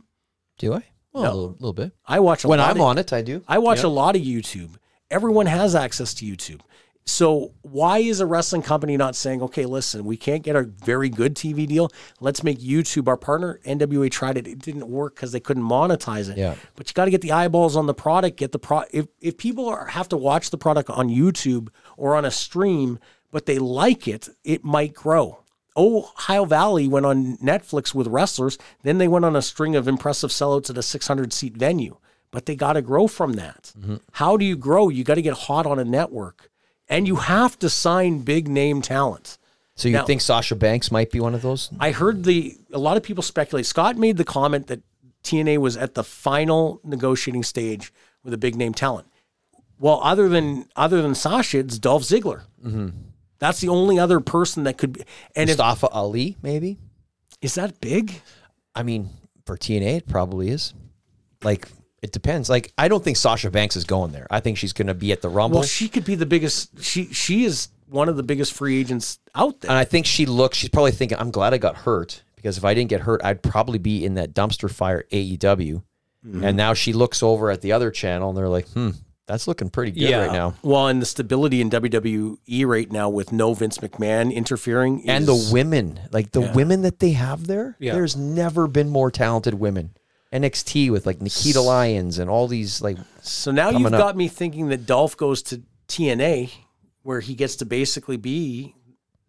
Speaker 6: Do I? Well, a little, little bit.
Speaker 4: i watch a
Speaker 6: When
Speaker 4: lot
Speaker 6: I'm
Speaker 4: of-
Speaker 6: on it, I do.
Speaker 4: I watch a lot of YouTube. Everyone has access to YouTube. So why is a wrestling company not saying, okay, listen, we can't get a very good TV deal. Let's make YouTube our partner. NWA tried it; it didn't work because they couldn't monetize it.
Speaker 6: Yeah.
Speaker 4: But you got to get the eyeballs on the product. Get the pro. If if people are, have to watch the product on YouTube or on a stream, but they like it, it might grow. Ohio Valley went on Netflix with wrestlers. Then they went on a string of impressive sellouts at a 600 seat venue. But they got to grow from that. How do you grow? You got to get hot on a network and you have to sign big name talent.
Speaker 6: So you
Speaker 4: Now-
Speaker 6: think Sasha Banks might be one of those?
Speaker 4: I heard the a lot of people speculate. Scott made the comment that TNA was at the final negotiating stage with a big name talent. Well, other than other than Sasha, it's Dolph Ziggler. That's the only other person that could. Be, and if,
Speaker 6: Mustafa Ali, maybe?
Speaker 4: is that big?
Speaker 6: I mean, for TNA, it probably is. Like, it depends. Like, I don't think Sasha Banks is going there. I think she's going to be at the Rumble.
Speaker 4: Well, she could be the biggest. She she is one of the biggest free agents out there.
Speaker 6: and I think she looks, she's probably thinking, I'm glad I got hurt because if I didn't get hurt, I'd probably be in that dumpster fire AEW.
Speaker 4: Mm-hmm.
Speaker 6: And now she looks over at the other channel and they're like, hmm, that's looking pretty good right now.
Speaker 4: Well, and the stability in WWE right now with no Vince McMahon interfering is,
Speaker 6: And the women, like the women that they have there,
Speaker 7: Yeah.
Speaker 6: there's never been more talented women. NXT with like Nikita Lyons and all these like
Speaker 4: So now you've
Speaker 6: coming up.
Speaker 4: got me thinking that Dolph goes to TNA, where he gets to basically be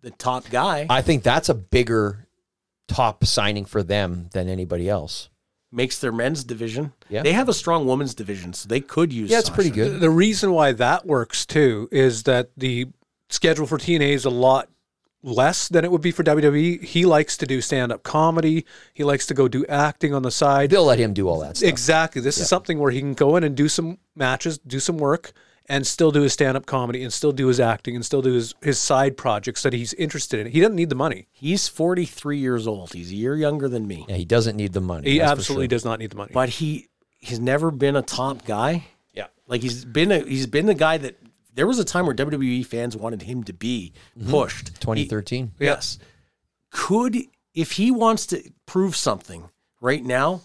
Speaker 4: the top guy,
Speaker 6: I think that's a bigger top signing for them than anybody else.
Speaker 4: makes their men's division.
Speaker 6: Yeah.
Speaker 4: They have a strong women's division, so they could use.
Speaker 6: Yeah, it's
Speaker 4: Sasha.
Speaker 6: pretty
Speaker 7: The-
Speaker 6: good.
Speaker 7: The reason why that works too is that the schedule for TNA is a lot less than it would be for WWE. He likes to do stand up comedy, he likes to go do acting on the side.
Speaker 6: They'll let him do all that stuff.
Speaker 7: Exactly. This is something where he can go in and do some matches, do some work, and still do his stand up comedy and still do his acting and still do his, his side projects that he's interested in. He doesn't need the money.
Speaker 4: He's forty three years old. He's a year younger than me,
Speaker 6: Yeah, he doesn't need the money.
Speaker 7: He
Speaker 6: that's for
Speaker 7: absolutely
Speaker 6: sure.
Speaker 7: does not need the money.
Speaker 4: but he he's never been a top guy.
Speaker 7: yeah.
Speaker 4: Like he's been a he's been the guy that there was a time where WWE fans wanted him to be
Speaker 6: Mm-hmm.
Speaker 4: pushed. He-
Speaker 6: 2013.
Speaker 4: Yes. Could if he wants to prove something right now,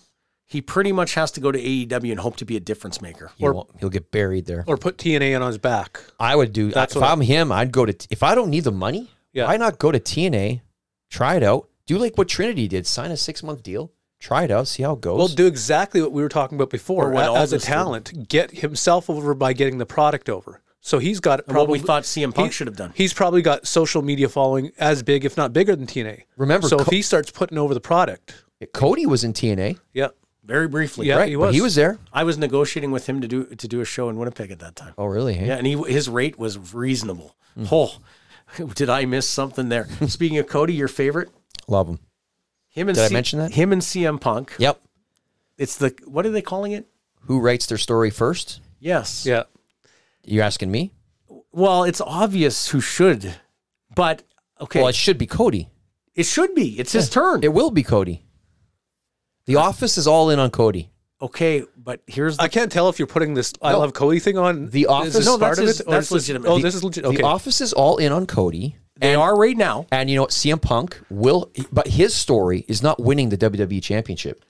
Speaker 4: he pretty much has to go to AEW and hope to be a difference maker.
Speaker 6: He won't, he'll get buried there.
Speaker 7: Or put TNA in on his back.
Speaker 6: I would do.
Speaker 7: That's
Speaker 6: if
Speaker 7: what I-
Speaker 6: I'm him, I'd go to. If I don't need the money,
Speaker 7: Yeah.
Speaker 6: why not go to TNA, try it out, do like what Trinity did, sign a six month deal, try it out, see how it goes.
Speaker 7: Well, do exactly what we were talking about before.
Speaker 4: Or what
Speaker 7: a- As a
Speaker 4: Aldis did.
Speaker 7: talent, get himself over by getting the product over. So he's got
Speaker 4: And what
Speaker 7: probably
Speaker 4: we thought CM Punk
Speaker 7: he-
Speaker 4: should have done.
Speaker 7: He's probably got social media following as big, if not bigger, than TNA.
Speaker 6: Remember,
Speaker 7: so if
Speaker 6: Co-
Speaker 7: he starts putting over the product,
Speaker 6: Cody was in TNA,
Speaker 7: yeah,
Speaker 4: Very briefly.
Speaker 7: Yeah,
Speaker 6: right?
Speaker 7: he
Speaker 6: But
Speaker 7: was.
Speaker 6: there.
Speaker 4: I was negotiating with him to do to do a show in Winnipeg at that time.
Speaker 6: Oh, really? Hey?
Speaker 4: Yeah, and he his rate was reasonable.
Speaker 6: Hmm.
Speaker 4: Oh, [LAUGHS] did I miss something
Speaker 6: [LAUGHS]
Speaker 4: there? Speaking of Cody, your favorite?
Speaker 6: Love him.
Speaker 4: Him and
Speaker 6: Did I
Speaker 4: C-
Speaker 6: mention that?
Speaker 4: Him and CM Punk.
Speaker 6: Yep.
Speaker 4: It's the what are they calling it?
Speaker 6: Who writes their story first?
Speaker 4: Yes.
Speaker 7: yeah.
Speaker 6: You're asking me?
Speaker 4: Well, it's obvious who should, but okay,
Speaker 6: Well, it should be Cody.
Speaker 4: it should be. It's his turn.
Speaker 6: It will be Cody. The office is all in on Cody.
Speaker 4: okay, but here's the
Speaker 7: I can't tell if you're putting this "I love Cody" thing on
Speaker 6: The Office-
Speaker 7: Is this
Speaker 6: No,
Speaker 4: that's
Speaker 7: part of
Speaker 4: his-
Speaker 7: it, or
Speaker 4: that's
Speaker 7: is this-
Speaker 4: legitimate.
Speaker 7: Oh,
Speaker 4: The-
Speaker 7: this is legit. Okay,
Speaker 6: The office is all in on Cody.
Speaker 4: they are right now.
Speaker 6: And you know what? CM Punk will, but his story is not winning the WWE Championship.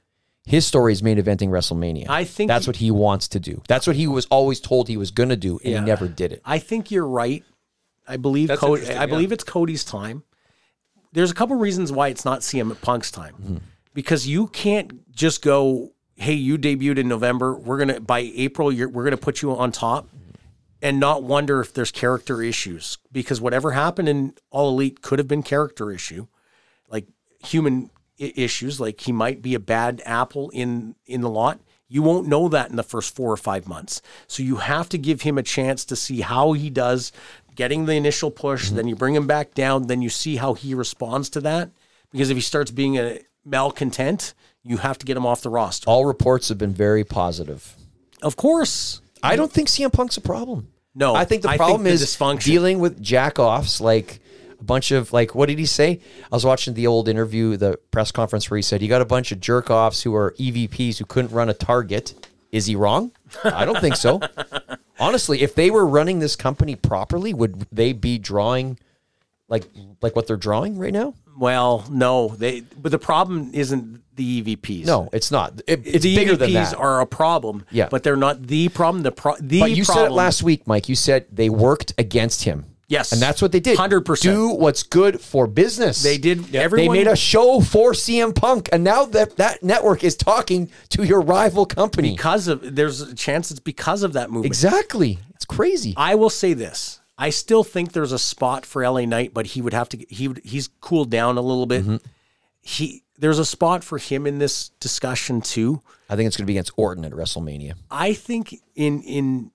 Speaker 6: His story is main eventing WrestleMania.
Speaker 4: I think
Speaker 6: that's
Speaker 4: he-
Speaker 6: what he wants to do. That's what he was always told he was going to do, and
Speaker 4: Yeah.
Speaker 6: he never did it.
Speaker 4: I think you're right. I believe
Speaker 7: That's
Speaker 4: Cody.
Speaker 7: interesting,
Speaker 4: I
Speaker 7: yeah.
Speaker 4: believe it's Cody's time. There's a couple reasons why it's not CM Punk's time, because you can't just go, "Hey, you debuted in November. We're gonna by April, you're, we're gonna put you on top," and not wonder if there's character issues, because whatever happened in All Elite could have been character issue, like human I- issues. Like he might be a bad apple in in the lot. You won't know that in the first four or five months. So you have to give him a chance to see how he does, getting the initial
Speaker 6: Mm-hmm.
Speaker 4: push. Then you bring him back down. Then you see how he responds to that. Because if he starts being a malcontent, you have to get him off the roster.
Speaker 6: All reports have been very positive.
Speaker 4: Of course,
Speaker 6: I don't think CM Punk's a problem.
Speaker 4: No,
Speaker 6: I think the
Speaker 4: I think
Speaker 6: problem
Speaker 4: the
Speaker 6: is
Speaker 4: dysfunction.
Speaker 6: dealing with jackoffs like a bunch of like what did he say? I was watching the old interview, the press conference where he said he got a bunch of jerk offs who are EVPs who couldn't run a target. Is he wrong? I don't
Speaker 4: [LAUGHS]
Speaker 6: think so. Honestly, if they were running this company properly, would they be drawing like like what they're drawing right now?
Speaker 4: Well, no, they. But the problem isn't the EVPs.
Speaker 6: No, it's not. It, it's
Speaker 4: the
Speaker 6: bigger
Speaker 4: EVPs
Speaker 6: than that.
Speaker 4: are a problem.
Speaker 6: Yeah.
Speaker 4: but they're not the problem. The pro- the
Speaker 6: but you
Speaker 4: problem,
Speaker 6: said it last week, Mike. You said they worked against him.
Speaker 4: Yes.
Speaker 6: and that's what they did.
Speaker 4: 100%.
Speaker 6: Do what's good for business.
Speaker 4: They did. Everyone
Speaker 6: they made a show for CM Punk, and now that that network is talking to your rival company.
Speaker 4: because of there's a chance it's because of that movement.
Speaker 6: exactly, it's crazy.
Speaker 4: I will say this. I still think there's a spot for LA Knight, but he would have to he would he's cooled down a little bit. He there's a spot for him in this discussion too.
Speaker 6: I think it's going to be against Orton at WrestleMania.
Speaker 4: I think in in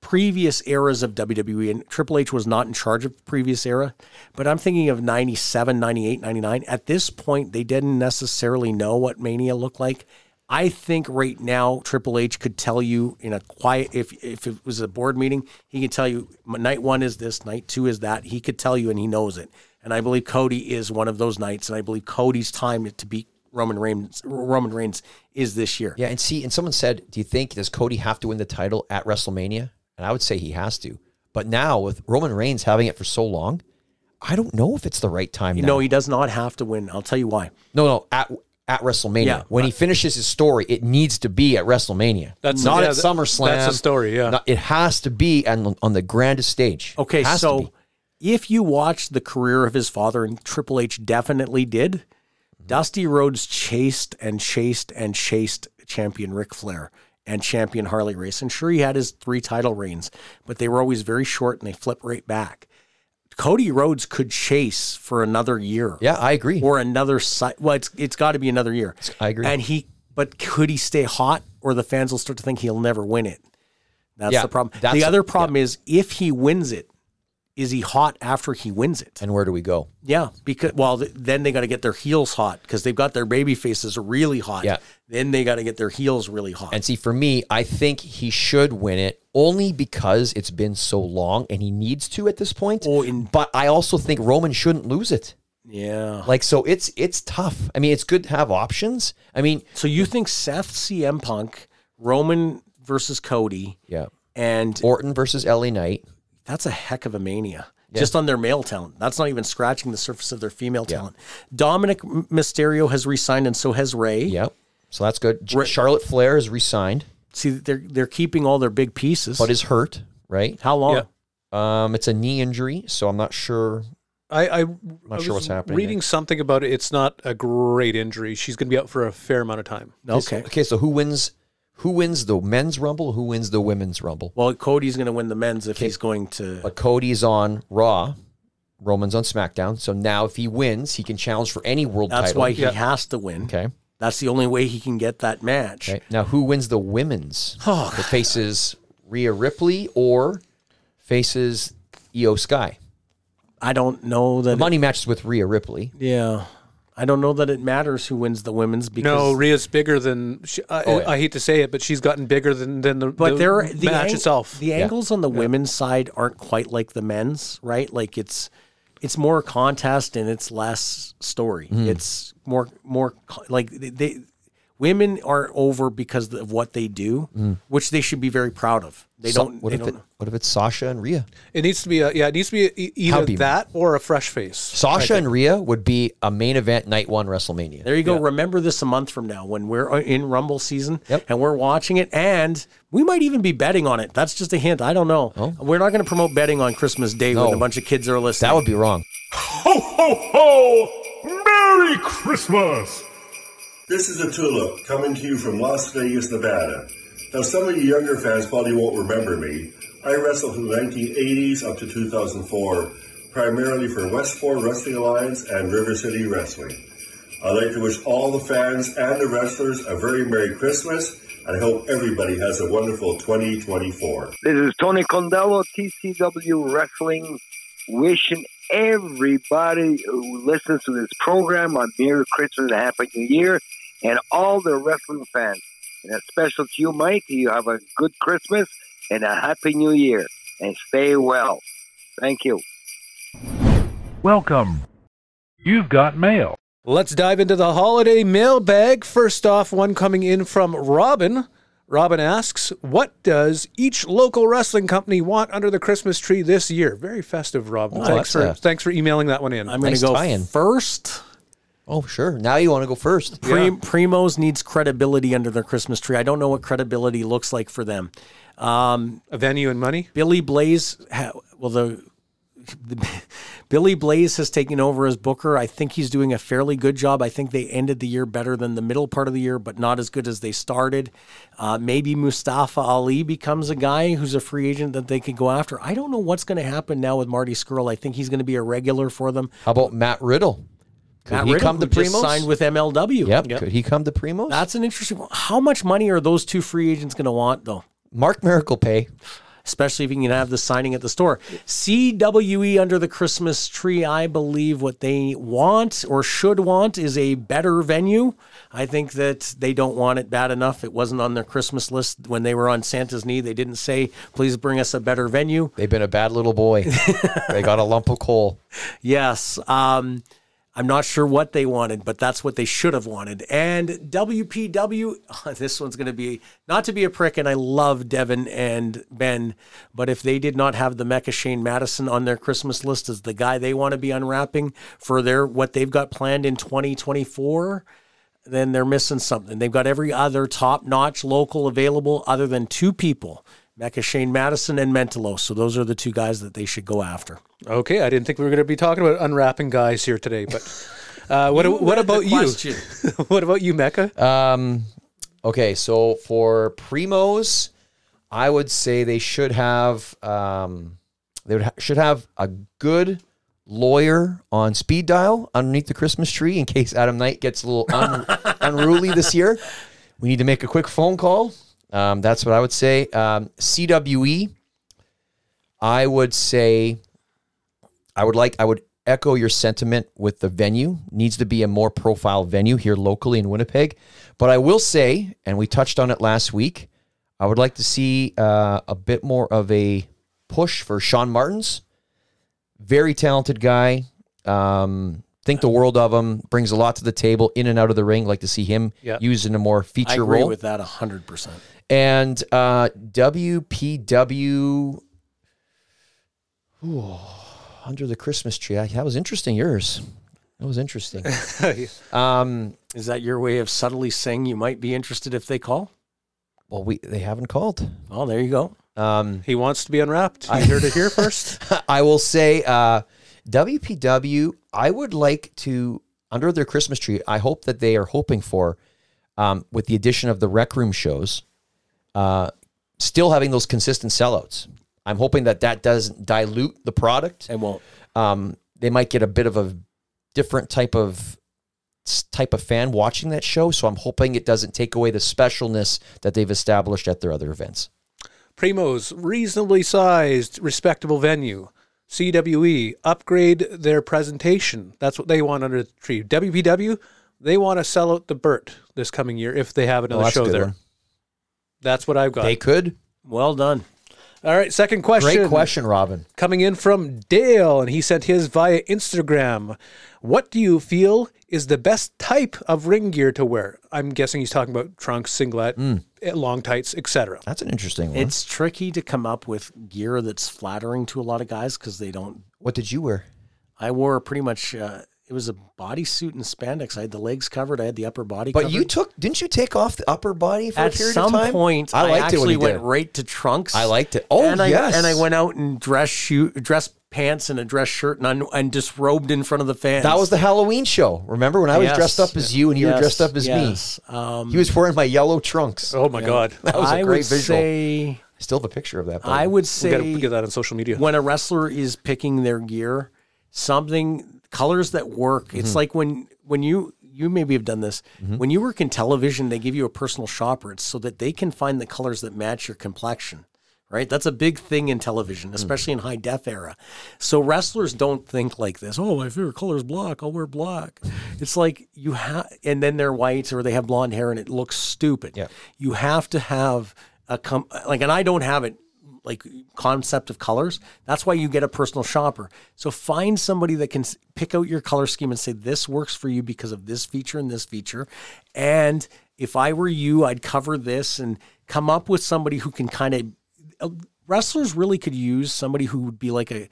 Speaker 4: previous eras of WWE and Triple H was not in charge of the previous era, but I'm thinking of 97, 98, 99. At this point, they didn't necessarily know what Mania looked like. I think right now Triple H could tell you in a quiet if if it was a board meeting, he could tell you night 1 is this, night 2 is that. He could tell you and he knows it. And I believe Cody is one of those nights and I believe Cody's time to beat Roman Reigns Roman Reigns is this year.
Speaker 6: Yeah, and see, and someone said, "Do you think does Cody have to win the title at WrestleMania?" And I would say he has to. But now with Roman Reigns having it for so long, I don't know if it's the right time. now.
Speaker 4: No, he does not have to win. I'll tell you why.
Speaker 6: No, no, at at WrestleMania.
Speaker 4: Yeah.
Speaker 6: when he finishes his story, it needs to be at WrestleMania.
Speaker 7: That's-
Speaker 6: not
Speaker 7: yeah,
Speaker 6: at
Speaker 7: that-
Speaker 6: SummerSlam.
Speaker 7: that's a story, yeah.
Speaker 6: Not- it has to be on on the grandest stage.
Speaker 4: Okay,
Speaker 6: Has to
Speaker 4: so
Speaker 6: be.
Speaker 4: if you watch the career of his father, and Triple H definitely did,
Speaker 6: Mm-hmm.
Speaker 4: Dusty Rhodes chased and chased and chased champion Ric Flair and champion Harley Race. And sure, he had his three title reigns, but they were always very short and they flip right back. Cody Rhodes could chase for another year
Speaker 6: yeah, I agree.
Speaker 4: [LAUGHS] or another site. Well, it's it's got to be another year.
Speaker 6: I agree.
Speaker 4: And he, but could he stay hot, or the fans will start to think he'll never win it? That's
Speaker 6: Yeah,
Speaker 4: the problem.
Speaker 6: that's-
Speaker 4: the other problem is if he wins it, is he hot after he wins it?
Speaker 6: and where do we go?
Speaker 4: Yeah, because well, th- then they got to get their heels hot because they've got their baby faces really hot.
Speaker 6: Yeah.
Speaker 4: Then they got to get their heels really hot.
Speaker 6: And see, for me, I think he should win it only because it's been so long and he needs to at this point.
Speaker 4: Oh, in-
Speaker 6: but I also think Roman shouldn't lose it.
Speaker 4: yeah.
Speaker 6: Like, so it's it's tough. I mean, it's good to have options. I mean,
Speaker 4: So you think Seth, CM Punk, Roman versus Cody,
Speaker 6: yeah,
Speaker 4: and
Speaker 6: Orton versus LA Knight.
Speaker 4: that's a heck of a mania just on their male talent. That's not even scratching the surface of their female talent. Dominic M- Mysterio has resigned, and so has Ray.
Speaker 6: Yep. So that's good. J-
Speaker 4: Re-
Speaker 6: Charlotte Flair is resigned,
Speaker 4: See, they're they're keeping all their big pieces.
Speaker 6: but is hurt, right?
Speaker 4: How long?
Speaker 7: Yeah.
Speaker 6: Um, it's a knee injury, so I'm not sure.
Speaker 7: I, I
Speaker 6: Not sure what's happening
Speaker 7: Reading
Speaker 6: there.
Speaker 7: something about it. It's not a great injury. She's going to be out for a fair amount of time.
Speaker 4: Okay.
Speaker 6: Okay, so who wins? Who wins the men's rumble? Who wins the women's rumble?
Speaker 4: Well, Cody's going to win the men's if he's going to.
Speaker 6: But Cody's on Raw, Roman's on SmackDown. So now, if he wins, he can challenge for any world
Speaker 4: That's
Speaker 6: title.
Speaker 4: why he has to win.
Speaker 6: Okay.
Speaker 4: That's the only way he can get that match.
Speaker 6: okay. Now, who wins the women's?
Speaker 4: [SIGHS] Oh,
Speaker 6: That faces Rhea Ripley or faces Io Sky.
Speaker 4: I don't know that.
Speaker 6: The money matches with Rhea Ripley.
Speaker 4: yeah, I don't know that it matters who wins the women's because
Speaker 7: No, Rhea's bigger than. She, I,
Speaker 6: Oh, yeah.
Speaker 7: I hate to say it, but she's gotten bigger than than the,
Speaker 4: but
Speaker 7: the
Speaker 4: there the
Speaker 7: match
Speaker 4: ang-
Speaker 7: itself.
Speaker 4: The angles on the women's side aren't quite like the men's, right? Like it's it's more contest and it's less story.
Speaker 6: Hmm.
Speaker 4: It's more more co- like they, they women are over because of what they do, which they should be very proud of. They
Speaker 6: Hmm. So-
Speaker 4: don't.
Speaker 6: What
Speaker 4: they
Speaker 6: if
Speaker 4: don't
Speaker 6: it? What if it's Sasha and Rhea?
Speaker 7: It needs to be a, yeah. It needs to be e- either
Speaker 6: Habib.
Speaker 7: that or a fresh face.
Speaker 6: Sasha and Rhea would be a main event night one WrestleMania.
Speaker 4: There you go. Remember this a month from now when we're uh, in Rumble season
Speaker 6: Yep.
Speaker 4: and we're watching it, and we might even be betting on it. That's just a hint. I don't know. We're not going to promote betting on Christmas Day when
Speaker 6: Oh. No.
Speaker 4: a bunch of kids are listening.
Speaker 6: that would be wrong.
Speaker 8: Ho, ho, ho! Merry Christmas!
Speaker 10: This is a tulip coming to you from Las Vegas, Nevada. Now, some of you younger fans probably won't remember me. I wrestled from the 1980s up to 2004, primarily for West Ford Wrestling Alliance and River City Wrestling. I'd like to wish all the fans and the wrestlers a very Merry Christmas, and I hope everybody has a wonderful 2024.
Speaker 5: This is Tony Condello, TCW Wrestling, wishing everybody who listens to this program a Merry Christmas and a Happy New Year, and all the wrestling fans. And a special to you, Mike. You have a good Christmas and a Happy New Year, and stay well. Thank you.
Speaker 11: Welcome. You've got mail.
Speaker 7: Let's dive into the holiday mailbag. First off, one coming in from Robin. Robin asks, "What does each local wrestling company want under the Christmas tree this year?" Very festive, Rob.
Speaker 6: Oh, that's
Speaker 7: thanks for
Speaker 6: a-
Speaker 7: thanks for emailing that one in.
Speaker 4: I'm going to go first.
Speaker 6: Oh, sure. Now you want to go first.
Speaker 4: Prim- Primos needs credibility under their Christmas tree. I don't know what credibility looks like for them. Um,
Speaker 7: a venue and money.
Speaker 4: Billy Blaze. Ha- well, the, the [LAUGHS] Billy Blaze has taken over as Booker. I think he's doing a fairly good job. I think they ended the year better than the middle part of the year, but not as good as they started. Uh, maybe Mustafa Ali becomes a guy who's a free agent that they could go after. I don't know what's going to happen now with Marty Skrull. I think he's going to be a regular for them.
Speaker 6: How about Matt Riddle? Could
Speaker 4: Matt
Speaker 6: he
Speaker 4: Riddle,
Speaker 6: come to
Speaker 4: who just
Speaker 6: Primos?
Speaker 4: signed with MLW.
Speaker 6: Yep. Could he come to Primos?
Speaker 4: That's an interesting one. How much money are those two free agents going to want, though?
Speaker 6: Mark Miracle pay.
Speaker 4: Especially if you can have the signing at the store. CWE under the Christmas tree, I believe what they want or should want is a better venue. I think that they don't want it bad enough. It wasn't on their Christmas list when they were on Santa's knee. They didn't say, please bring us a better venue.
Speaker 6: They've been a bad little
Speaker 4: [LAUGHS]
Speaker 6: boy. they got a lump of coal.
Speaker 4: Yes. Um, I'm not sure what they wanted, but that's what they should have wanted. And WPW, [LAUGHS] this one's going to be not to be a prick, and I love Devin and Ben, but if they did not have the Mecca Shane Madison on their Christmas list as the guy they want to be unwrapping for their what they've got planned in 2024, then they're missing something. They've got every other top notch local available other than two people. Mecca Shane Madison and Mentelos. So those are the two guys that they should go after.
Speaker 7: Okay, I didn't think we were going to be talking about unwrapping guys here today, but uh, what
Speaker 4: You
Speaker 7: what
Speaker 4: read
Speaker 7: about
Speaker 4: the
Speaker 7: you?
Speaker 4: question.
Speaker 7: [LAUGHS] what about you, Mecca?
Speaker 6: Um, okay, so for primos, I would say they should have um, they would ha- should have a good lawyer on speed dial underneath the Christmas tree in case Adam Knight gets a little un-
Speaker 4: [LAUGHS]
Speaker 6: unruly this year. We need to make a quick phone call. Um, that's what I would say. Um, CWE, I would say I would like I would echo your sentiment with the venue needs to be a more profile venue here locally in Winnipeg. But I will say, and we touched on it last week, I would like to see uh, a bit more of a push for Sean Martins. Very talented guy. Um, think the world of him. Brings a lot to the table in and out of the ring. Like to see him
Speaker 4: Yeah.
Speaker 6: used in a more feature
Speaker 4: I agree
Speaker 6: role
Speaker 4: with that 100%.
Speaker 6: and uh, WPW Ooh, [SIGHS] under the Christmas tree. I, that was interesting. Yours, that was interesting. um,
Speaker 4: Is that your way of subtly saying you might be interested if they call?
Speaker 6: well, we they haven't called. [LAUGHS]
Speaker 4: Oh, there you go.
Speaker 6: Um,
Speaker 7: He wants to be unwrapped. You heard it here first.
Speaker 6: I will say uh, WPW. I would like to under their Christmas tree. I hope that they are hoping for um, with the addition of the rec room shows, uh, still having those consistent sellouts. I'm hoping that that doesn't dilute the product.
Speaker 4: And won't.
Speaker 6: um, they might get a bit of a different type of type of fan watching that show. So I'm hoping it doesn't take away the specialness that they've established at their other events.
Speaker 7: [LAUGHS] Primos, reasonably sized, respectable venue. CWE, upgrade their presentation. That's what they want under the tree. WPW, they want to sell out the Burt this coming year if they have another
Speaker 6: Oh, that's a
Speaker 7: show
Speaker 6: good
Speaker 7: there.
Speaker 6: one.
Speaker 7: That's what I've got.
Speaker 6: They could.
Speaker 4: Well done.
Speaker 7: All right, second question.
Speaker 6: Great question, Robin.
Speaker 7: Coming in from Dale, and he sent his via Instagram. What do you feel is the best type of ring gear to wear? I'm guessing he's talking about trunks, singlet,
Speaker 6: Hmm.
Speaker 7: eh, long tights, etc.
Speaker 6: That's an interesting one.
Speaker 4: It's tricky to come up with gear that's flattering to a lot of guys because they don't.
Speaker 6: what did you wear?
Speaker 4: I wore pretty much, uh, it was a bodysuit and spandex. I had the legs covered, I had the upper body
Speaker 6: But
Speaker 4: covered.
Speaker 6: you took, didn't you take off the upper body for
Speaker 4: at
Speaker 6: a period
Speaker 4: some
Speaker 6: of time?
Speaker 4: point, I,
Speaker 6: it when
Speaker 4: actually
Speaker 6: you
Speaker 4: went
Speaker 6: did it.
Speaker 4: right to trunks.
Speaker 6: I liked it. Oh,
Speaker 4: and I,
Speaker 6: yes.
Speaker 4: And I went out in dress shoe, dress pants and a dress shirt and, un, and disrobed in front of the fans.
Speaker 6: That was the Halloween show. Remember when I was
Speaker 4: Yes.
Speaker 6: dressed up as you and you were dressed up as
Speaker 4: yes.
Speaker 6: me?
Speaker 4: Um,
Speaker 6: He was wearing my yellow trunks.
Speaker 7: Oh my
Speaker 6: [LAUGHS]
Speaker 7: God.
Speaker 6: That was a
Speaker 4: I
Speaker 6: great
Speaker 4: would
Speaker 6: visual.
Speaker 4: say
Speaker 6: I still have a picture of that. by the
Speaker 4: I
Speaker 6: way.
Speaker 4: would
Speaker 7: Oh, we
Speaker 4: say
Speaker 7: got to get that on social media.
Speaker 4: when a wrestler is picking their gear, something colors that work. It's
Speaker 7: Mm-hmm.
Speaker 4: like when when you you maybe have done this when you work in television, they give you a personal shopper. It's so that they can find the colors that match your complexion. Right, that's a big thing in television, especially in high def era. So wrestlers don't think like this. Oh, my favorite color is black. I'll wear black. It's like you have, and then they're white or they have blonde hair, and it looks stupid.
Speaker 6: Yeah.
Speaker 4: You have to have a com- like, and I don't have it like concept of colors. That's why you get a personal shopper. So find somebody that can s- pick out your color scheme and say this works for you because of this feature and this feature. And if I were you, I'd cover this and come up with somebody who can kind of uh, wrestlers really could use somebody who would be like a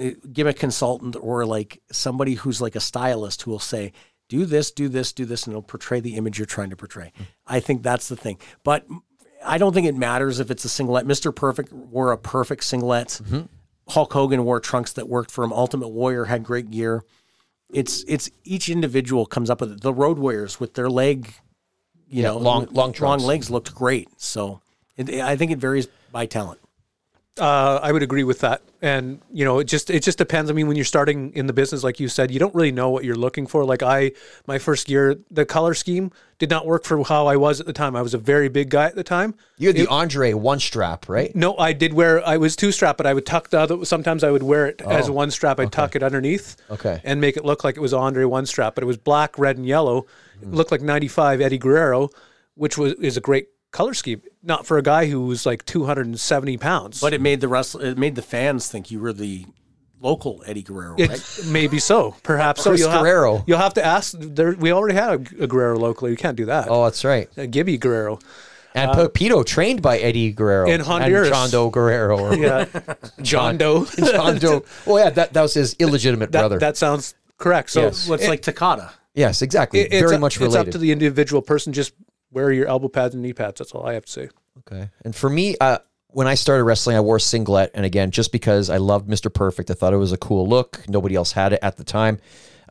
Speaker 4: uh, gimmick consultant or like somebody who's like a stylist who will say do this do this do this and it'll portray the image you're trying to portray i think that's the thing but i don't think it matters if it's a singlet mr perfect wore a perfect singlet
Speaker 6: Mm-hmm.
Speaker 4: hulk hogan wore trunks that worked for him ultimate warrior had great gear it's it's each individual comes up with it. the road warriors with their leg you
Speaker 6: Yeah,
Speaker 4: know
Speaker 6: long- long
Speaker 4: long
Speaker 6: trunks.
Speaker 4: legs looked great so it, i think it varies by talent
Speaker 7: Uh, I would agree with that, and you know, it just it just depends. I mean, when you're starting in the business, like you said, you don't really know what you're looking for. Like I, my first year, the color scheme did not work for how I was at the time. I was a very big guy at the time.
Speaker 6: You had the Andre one
Speaker 4: [LAUGHS]
Speaker 6: strap, right?
Speaker 7: No, I did wear. I was two strap, but I would tuck the other. Sometimes I would wear it as
Speaker 6: Oh,
Speaker 7: one strap. I'd tuck it underneath.
Speaker 6: Okay.
Speaker 7: And make it look like it was Andre one strap, but it was black, red, and yellow.
Speaker 6: Mm.
Speaker 7: It looked like '95 Eddie Guerrero, which was is a great color scheme. Not for a guy who was like 270 pounds.
Speaker 4: But it made the wrestle, it made the fans think you were the local Eddie Guerrero.
Speaker 7: It-
Speaker 4: right?
Speaker 7: maybe so. Perhaps so.
Speaker 4: Chris
Speaker 7: You'll have-
Speaker 4: Guerrero.
Speaker 7: you'll have to ask. There, we already had a, a Guerrero locally. We can't do that.
Speaker 6: Oh, that's right.
Speaker 7: A Gibby Guerrero.
Speaker 6: And
Speaker 7: Uh,
Speaker 6: Pepito trained by Eddie Guerrero
Speaker 7: in Honduras.
Speaker 6: and John Doe Guerrero. Or
Speaker 7: [LAUGHS] Yeah. John Doe.
Speaker 6: John
Speaker 7: [LAUGHS]
Speaker 6: Doe. Well, yeah, that, that was his illegitimate
Speaker 7: That,
Speaker 6: brother.
Speaker 7: that sounds correct. So
Speaker 6: Yes.
Speaker 4: Well, it's
Speaker 7: it-
Speaker 4: like Takata.
Speaker 6: yes, exactly.
Speaker 7: it-
Speaker 6: Very
Speaker 7: up-
Speaker 6: much
Speaker 7: It's up
Speaker 6: related.
Speaker 7: to the individual person. Just wear your elbow pads and knee pads. That's all I have to say.
Speaker 6: Okay. And for me, uh, when I started wrestling, I wore a singlet. And again, just because I loved Mr. Perfect, I thought it was a cool look. Nobody else had it at the time.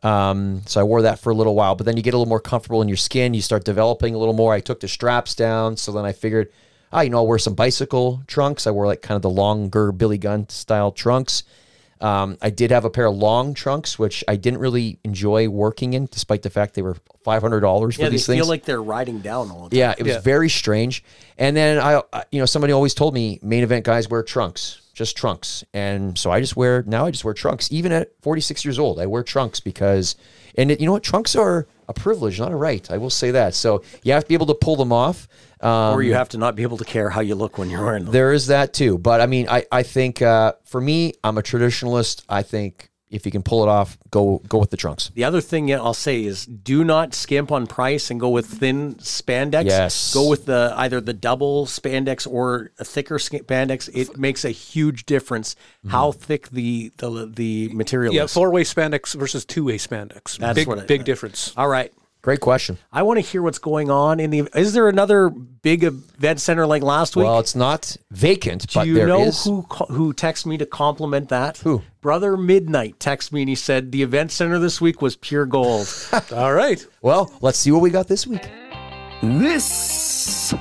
Speaker 6: Um, so I wore that for a little while. But then you get a little more comfortable in your skin. You start developing a little more. I took the straps down. So then I figured, ah, you know, I'll wear some bicycle trunks. I wore like kind of the longer Billy Gunn style trunks. Um, I did have a pair of long trunks, which I didn't really enjoy working in, despite the fact they were five hundred dollars for
Speaker 4: Yeah, they
Speaker 6: these
Speaker 4: feel
Speaker 6: things.
Speaker 4: like they're riding down all the time.
Speaker 6: Yeah, it was very strange. And then I, I- you know, somebody always told me main event guys wear trunks, just trunks. And so I just wear now. I just wear trunks. Even at 46 years old, I wear trunks because, and it, you know what, trunks are a privilege, not a right. I will say that. So you have to be able to pull them off, um,
Speaker 4: or you have to not be able to care how you look when you're wearing them.
Speaker 6: There is that too. But I mean, I I think uh, for me, I'm a traditionalist. I think if you can pull it off, go go with the trunks.
Speaker 4: The other thing that I'll say is do not skimp on price and go with thin spandex.
Speaker 6: Yes.
Speaker 4: Go with the either the double spandex or a thicker spandex. It makes a huge difference
Speaker 6: Mm-hmm.
Speaker 4: how thick the the, the material
Speaker 7: Yeah,
Speaker 4: is.
Speaker 7: four way spandex versus two way spandex.
Speaker 4: That's
Speaker 7: big,
Speaker 4: what I-
Speaker 7: big difference.
Speaker 4: All right.
Speaker 6: Great question.
Speaker 4: I want to hear what's going on in the. Is there another big event center like last week?
Speaker 6: Well, it's not vacant,
Speaker 4: Do
Speaker 6: but
Speaker 4: you
Speaker 6: there
Speaker 4: know
Speaker 6: is-
Speaker 4: who co- who texted me to compliment that?
Speaker 6: Who?
Speaker 4: Brother Midnight texted me and he said the event center this week was pure gold.
Speaker 7: All right.
Speaker 6: Well, let's see what we got this week.
Speaker 12: This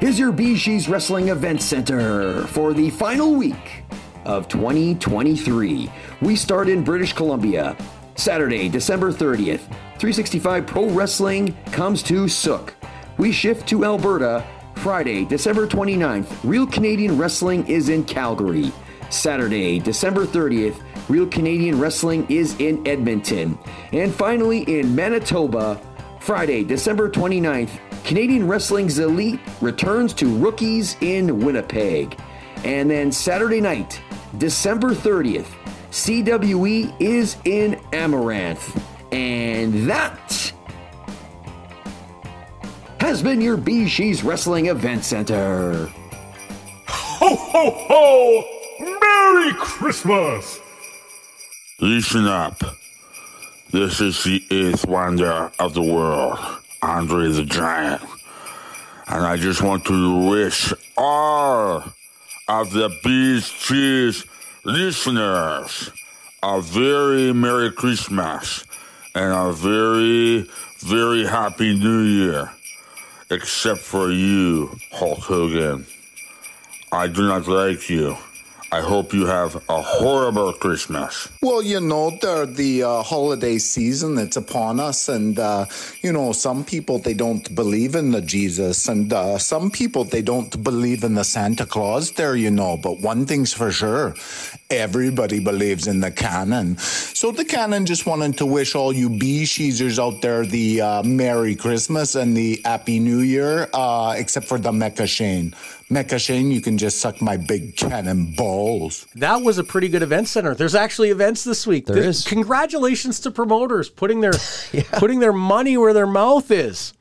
Speaker 12: is your Bishi's Wrestling Event Center for the final week of 2023. We start in British Columbia, Saturday, December 30th. 365 Pro Wrestling comes to Sook. We shift to Alberta, Friday, December 29th. Real Canadian Wrestling is in Calgary. Saturday, December 30th, Real Canadian Wrestling is in Edmonton. And finally, in Manitoba, Friday, December 29th, Canadian Wrestling's Elite returns to rookies in Winnipeg. And then Saturday night, December 30th, CWE E is in Amaranth. And that has been your BG's Wrestling Event Center.
Speaker 8: Ho, ho, ho! Merry Christmas! Listen up. This is the eighth wonder of the world, Andre the Giant. And I just want to wish all of the Bees Cheese listeners a very Merry Christmas and a very, very Happy New Year. Except for you, Hulk Hogan. I do not like you. I hope you have a horrible Christmas.
Speaker 13: Well, you know, there the uh, holiday season that's upon us, and uh, you know, some people they don't believe in the Jesus, and uh, some people they don't believe in the Santa Claus. There, you know, but one thing's for sure, everybody believes in the canon. So the canon just wanted to wish all you bee sheezers out there the uh, Merry Christmas and the Happy New Year, uh, except for the Mecca Shane.
Speaker 14: Mecca Shane, you can just suck my big cannon balls.
Speaker 4: That was a pretty good event center. There's actually events this week.
Speaker 14: There
Speaker 4: There's-
Speaker 14: is.
Speaker 4: Congratulations to promoters putting
Speaker 6: [LAUGHS]
Speaker 4: their putting their money where their mouth is.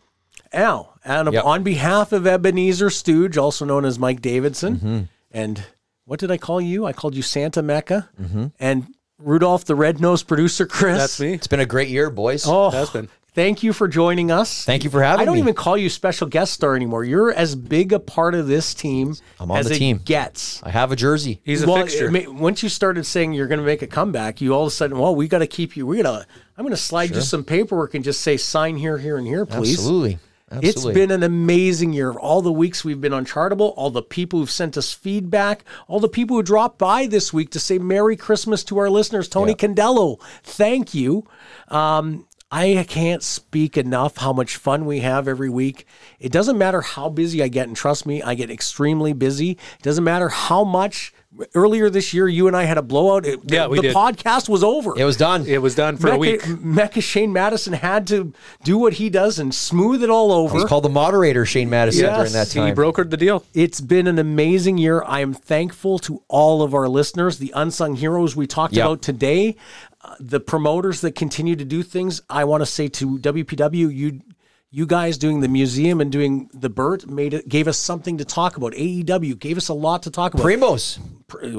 Speaker 4: Al, and on behalf of Ebenezer Stooge, also known as Mike Davidson,
Speaker 6: Mm-hmm.
Speaker 4: and what did I call you? I called you Santa Mecca and Rudolph the Red-Nosed Producer Chris.
Speaker 6: Mm-hmm. That's me. It's been a great year, boys.
Speaker 4: Oh,
Speaker 6: It has been.
Speaker 4: Thank you for joining us.
Speaker 6: Thank you for having
Speaker 4: I don't
Speaker 6: me.
Speaker 4: even call you special guest star anymore. You're as big a part of this team
Speaker 6: I'm on
Speaker 4: as
Speaker 6: the
Speaker 4: it
Speaker 6: team.
Speaker 4: gets.
Speaker 6: I have a jersey.
Speaker 4: Well, it ma- once you started saying you're going to make a comeback, you all of a sudden, well, we got to keep you. We got to. I'm going to slide you
Speaker 6: Sure.
Speaker 4: some paperwork and just say sign here, here, and here, please.
Speaker 6: Absolutely.
Speaker 4: It's
Speaker 6: Absolutely.
Speaker 4: been an amazing year. All the weeks we've been on Chartable, all the people who've sent us feedback, all the people who dropped by this week to say Merry Christmas to our listeners. Tony Candello, thank you. Um, I can't speak enough how much fun we have every week. It doesn't matter how busy I get, and trust me, I get extremely busy. It doesn't matter how much. Earlier this year, you and I had a blowout. It-
Speaker 7: Yeah,
Speaker 4: the,
Speaker 7: we
Speaker 4: the
Speaker 7: did.
Speaker 4: podcast was over.
Speaker 6: It was done.
Speaker 7: It was done for a week.
Speaker 4: Mecca Shane Madison had to do what he does and smooth it all over.
Speaker 6: He's called the moderator, Shane Madison, during that
Speaker 4: Yes.
Speaker 6: time.
Speaker 7: brokered the deal.
Speaker 4: It's been an amazing year. I am thankful to all of our listeners, the unsung heroes we talked
Speaker 6: Yep.
Speaker 4: about today, uh, the promoters that continue to do things. I want to say to WPW, you you guys doing the museum and doing the Burt made it gave us something to talk about. AEW gave us a lot to talk about.
Speaker 6: Primos.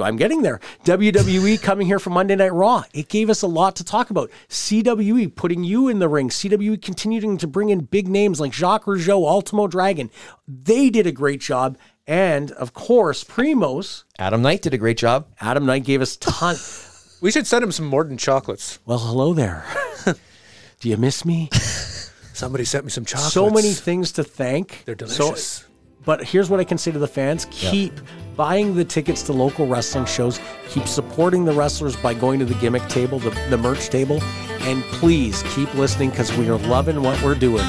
Speaker 4: I'm getting there. WWE coming here for Monday Night Raw. It gave us a lot to talk about. CWE putting you in the ring. CWE continuing to bring in big names like Jacques Rougeau, Ultimo Dragon. They did a great job. And of course, Primos.
Speaker 6: Adam Knight did a great job.
Speaker 4: Adam Knight gave us
Speaker 7: [LAUGHS]
Speaker 4: ton.
Speaker 7: we should send him some Morden chocolates.
Speaker 4: Well, hello there. [LAUGHS] Do you miss me?
Speaker 7: Somebody sent me some chocolates.
Speaker 4: So many things to thank. They're
Speaker 7: delicious.
Speaker 4: but here's what I can say to the fans
Speaker 7: Yeah.
Speaker 4: keep buying the tickets to local wrestling shows, keep supporting the wrestlers by going to the gimmick table, the, the merch table, and please keep listening because we are loving what we're doing.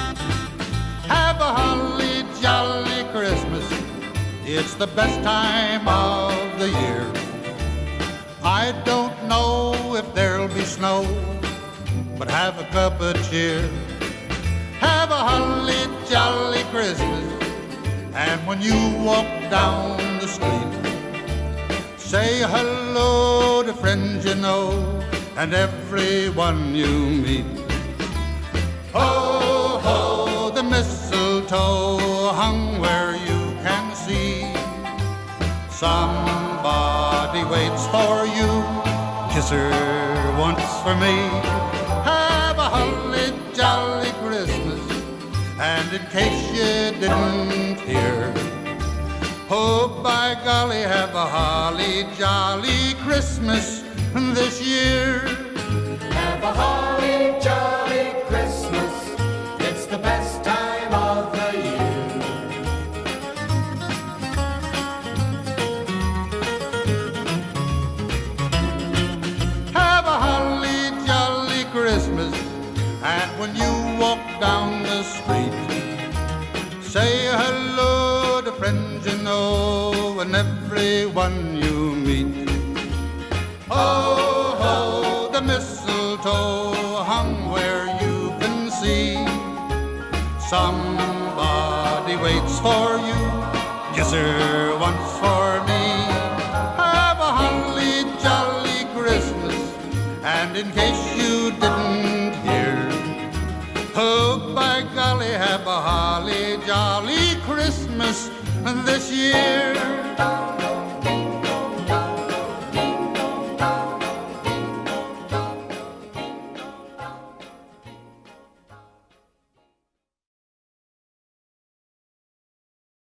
Speaker 12: Have a holly jolly Christmas. It's the best time of the year. I don't know if there'll be snow, but have a cup of cheer. Have a holly jolly Christmas. And when you walk down the street, say hello to friends you know and everyone you meet. Ho, ho, the mistletoe hung where you can see. Somebody waits for you. Kiss her once for me. Have a holly jolly Christmas. And in case you didn't hear, oh by golly, have a holly jolly Christmas this year. Have a holly jolly Christmas. It's the best time of the year. Have a holly jolly Christmas. And when you walk down the street, say hello to friends you know and everyone you meet. Ho, ho, the mistletoe hung where you can see. Somebody waits for you. Yes, sir, once for me. Have a holly jolly Christmas. And in case you didn't hear, oh, by golly, have a holly jolly Christmas this year.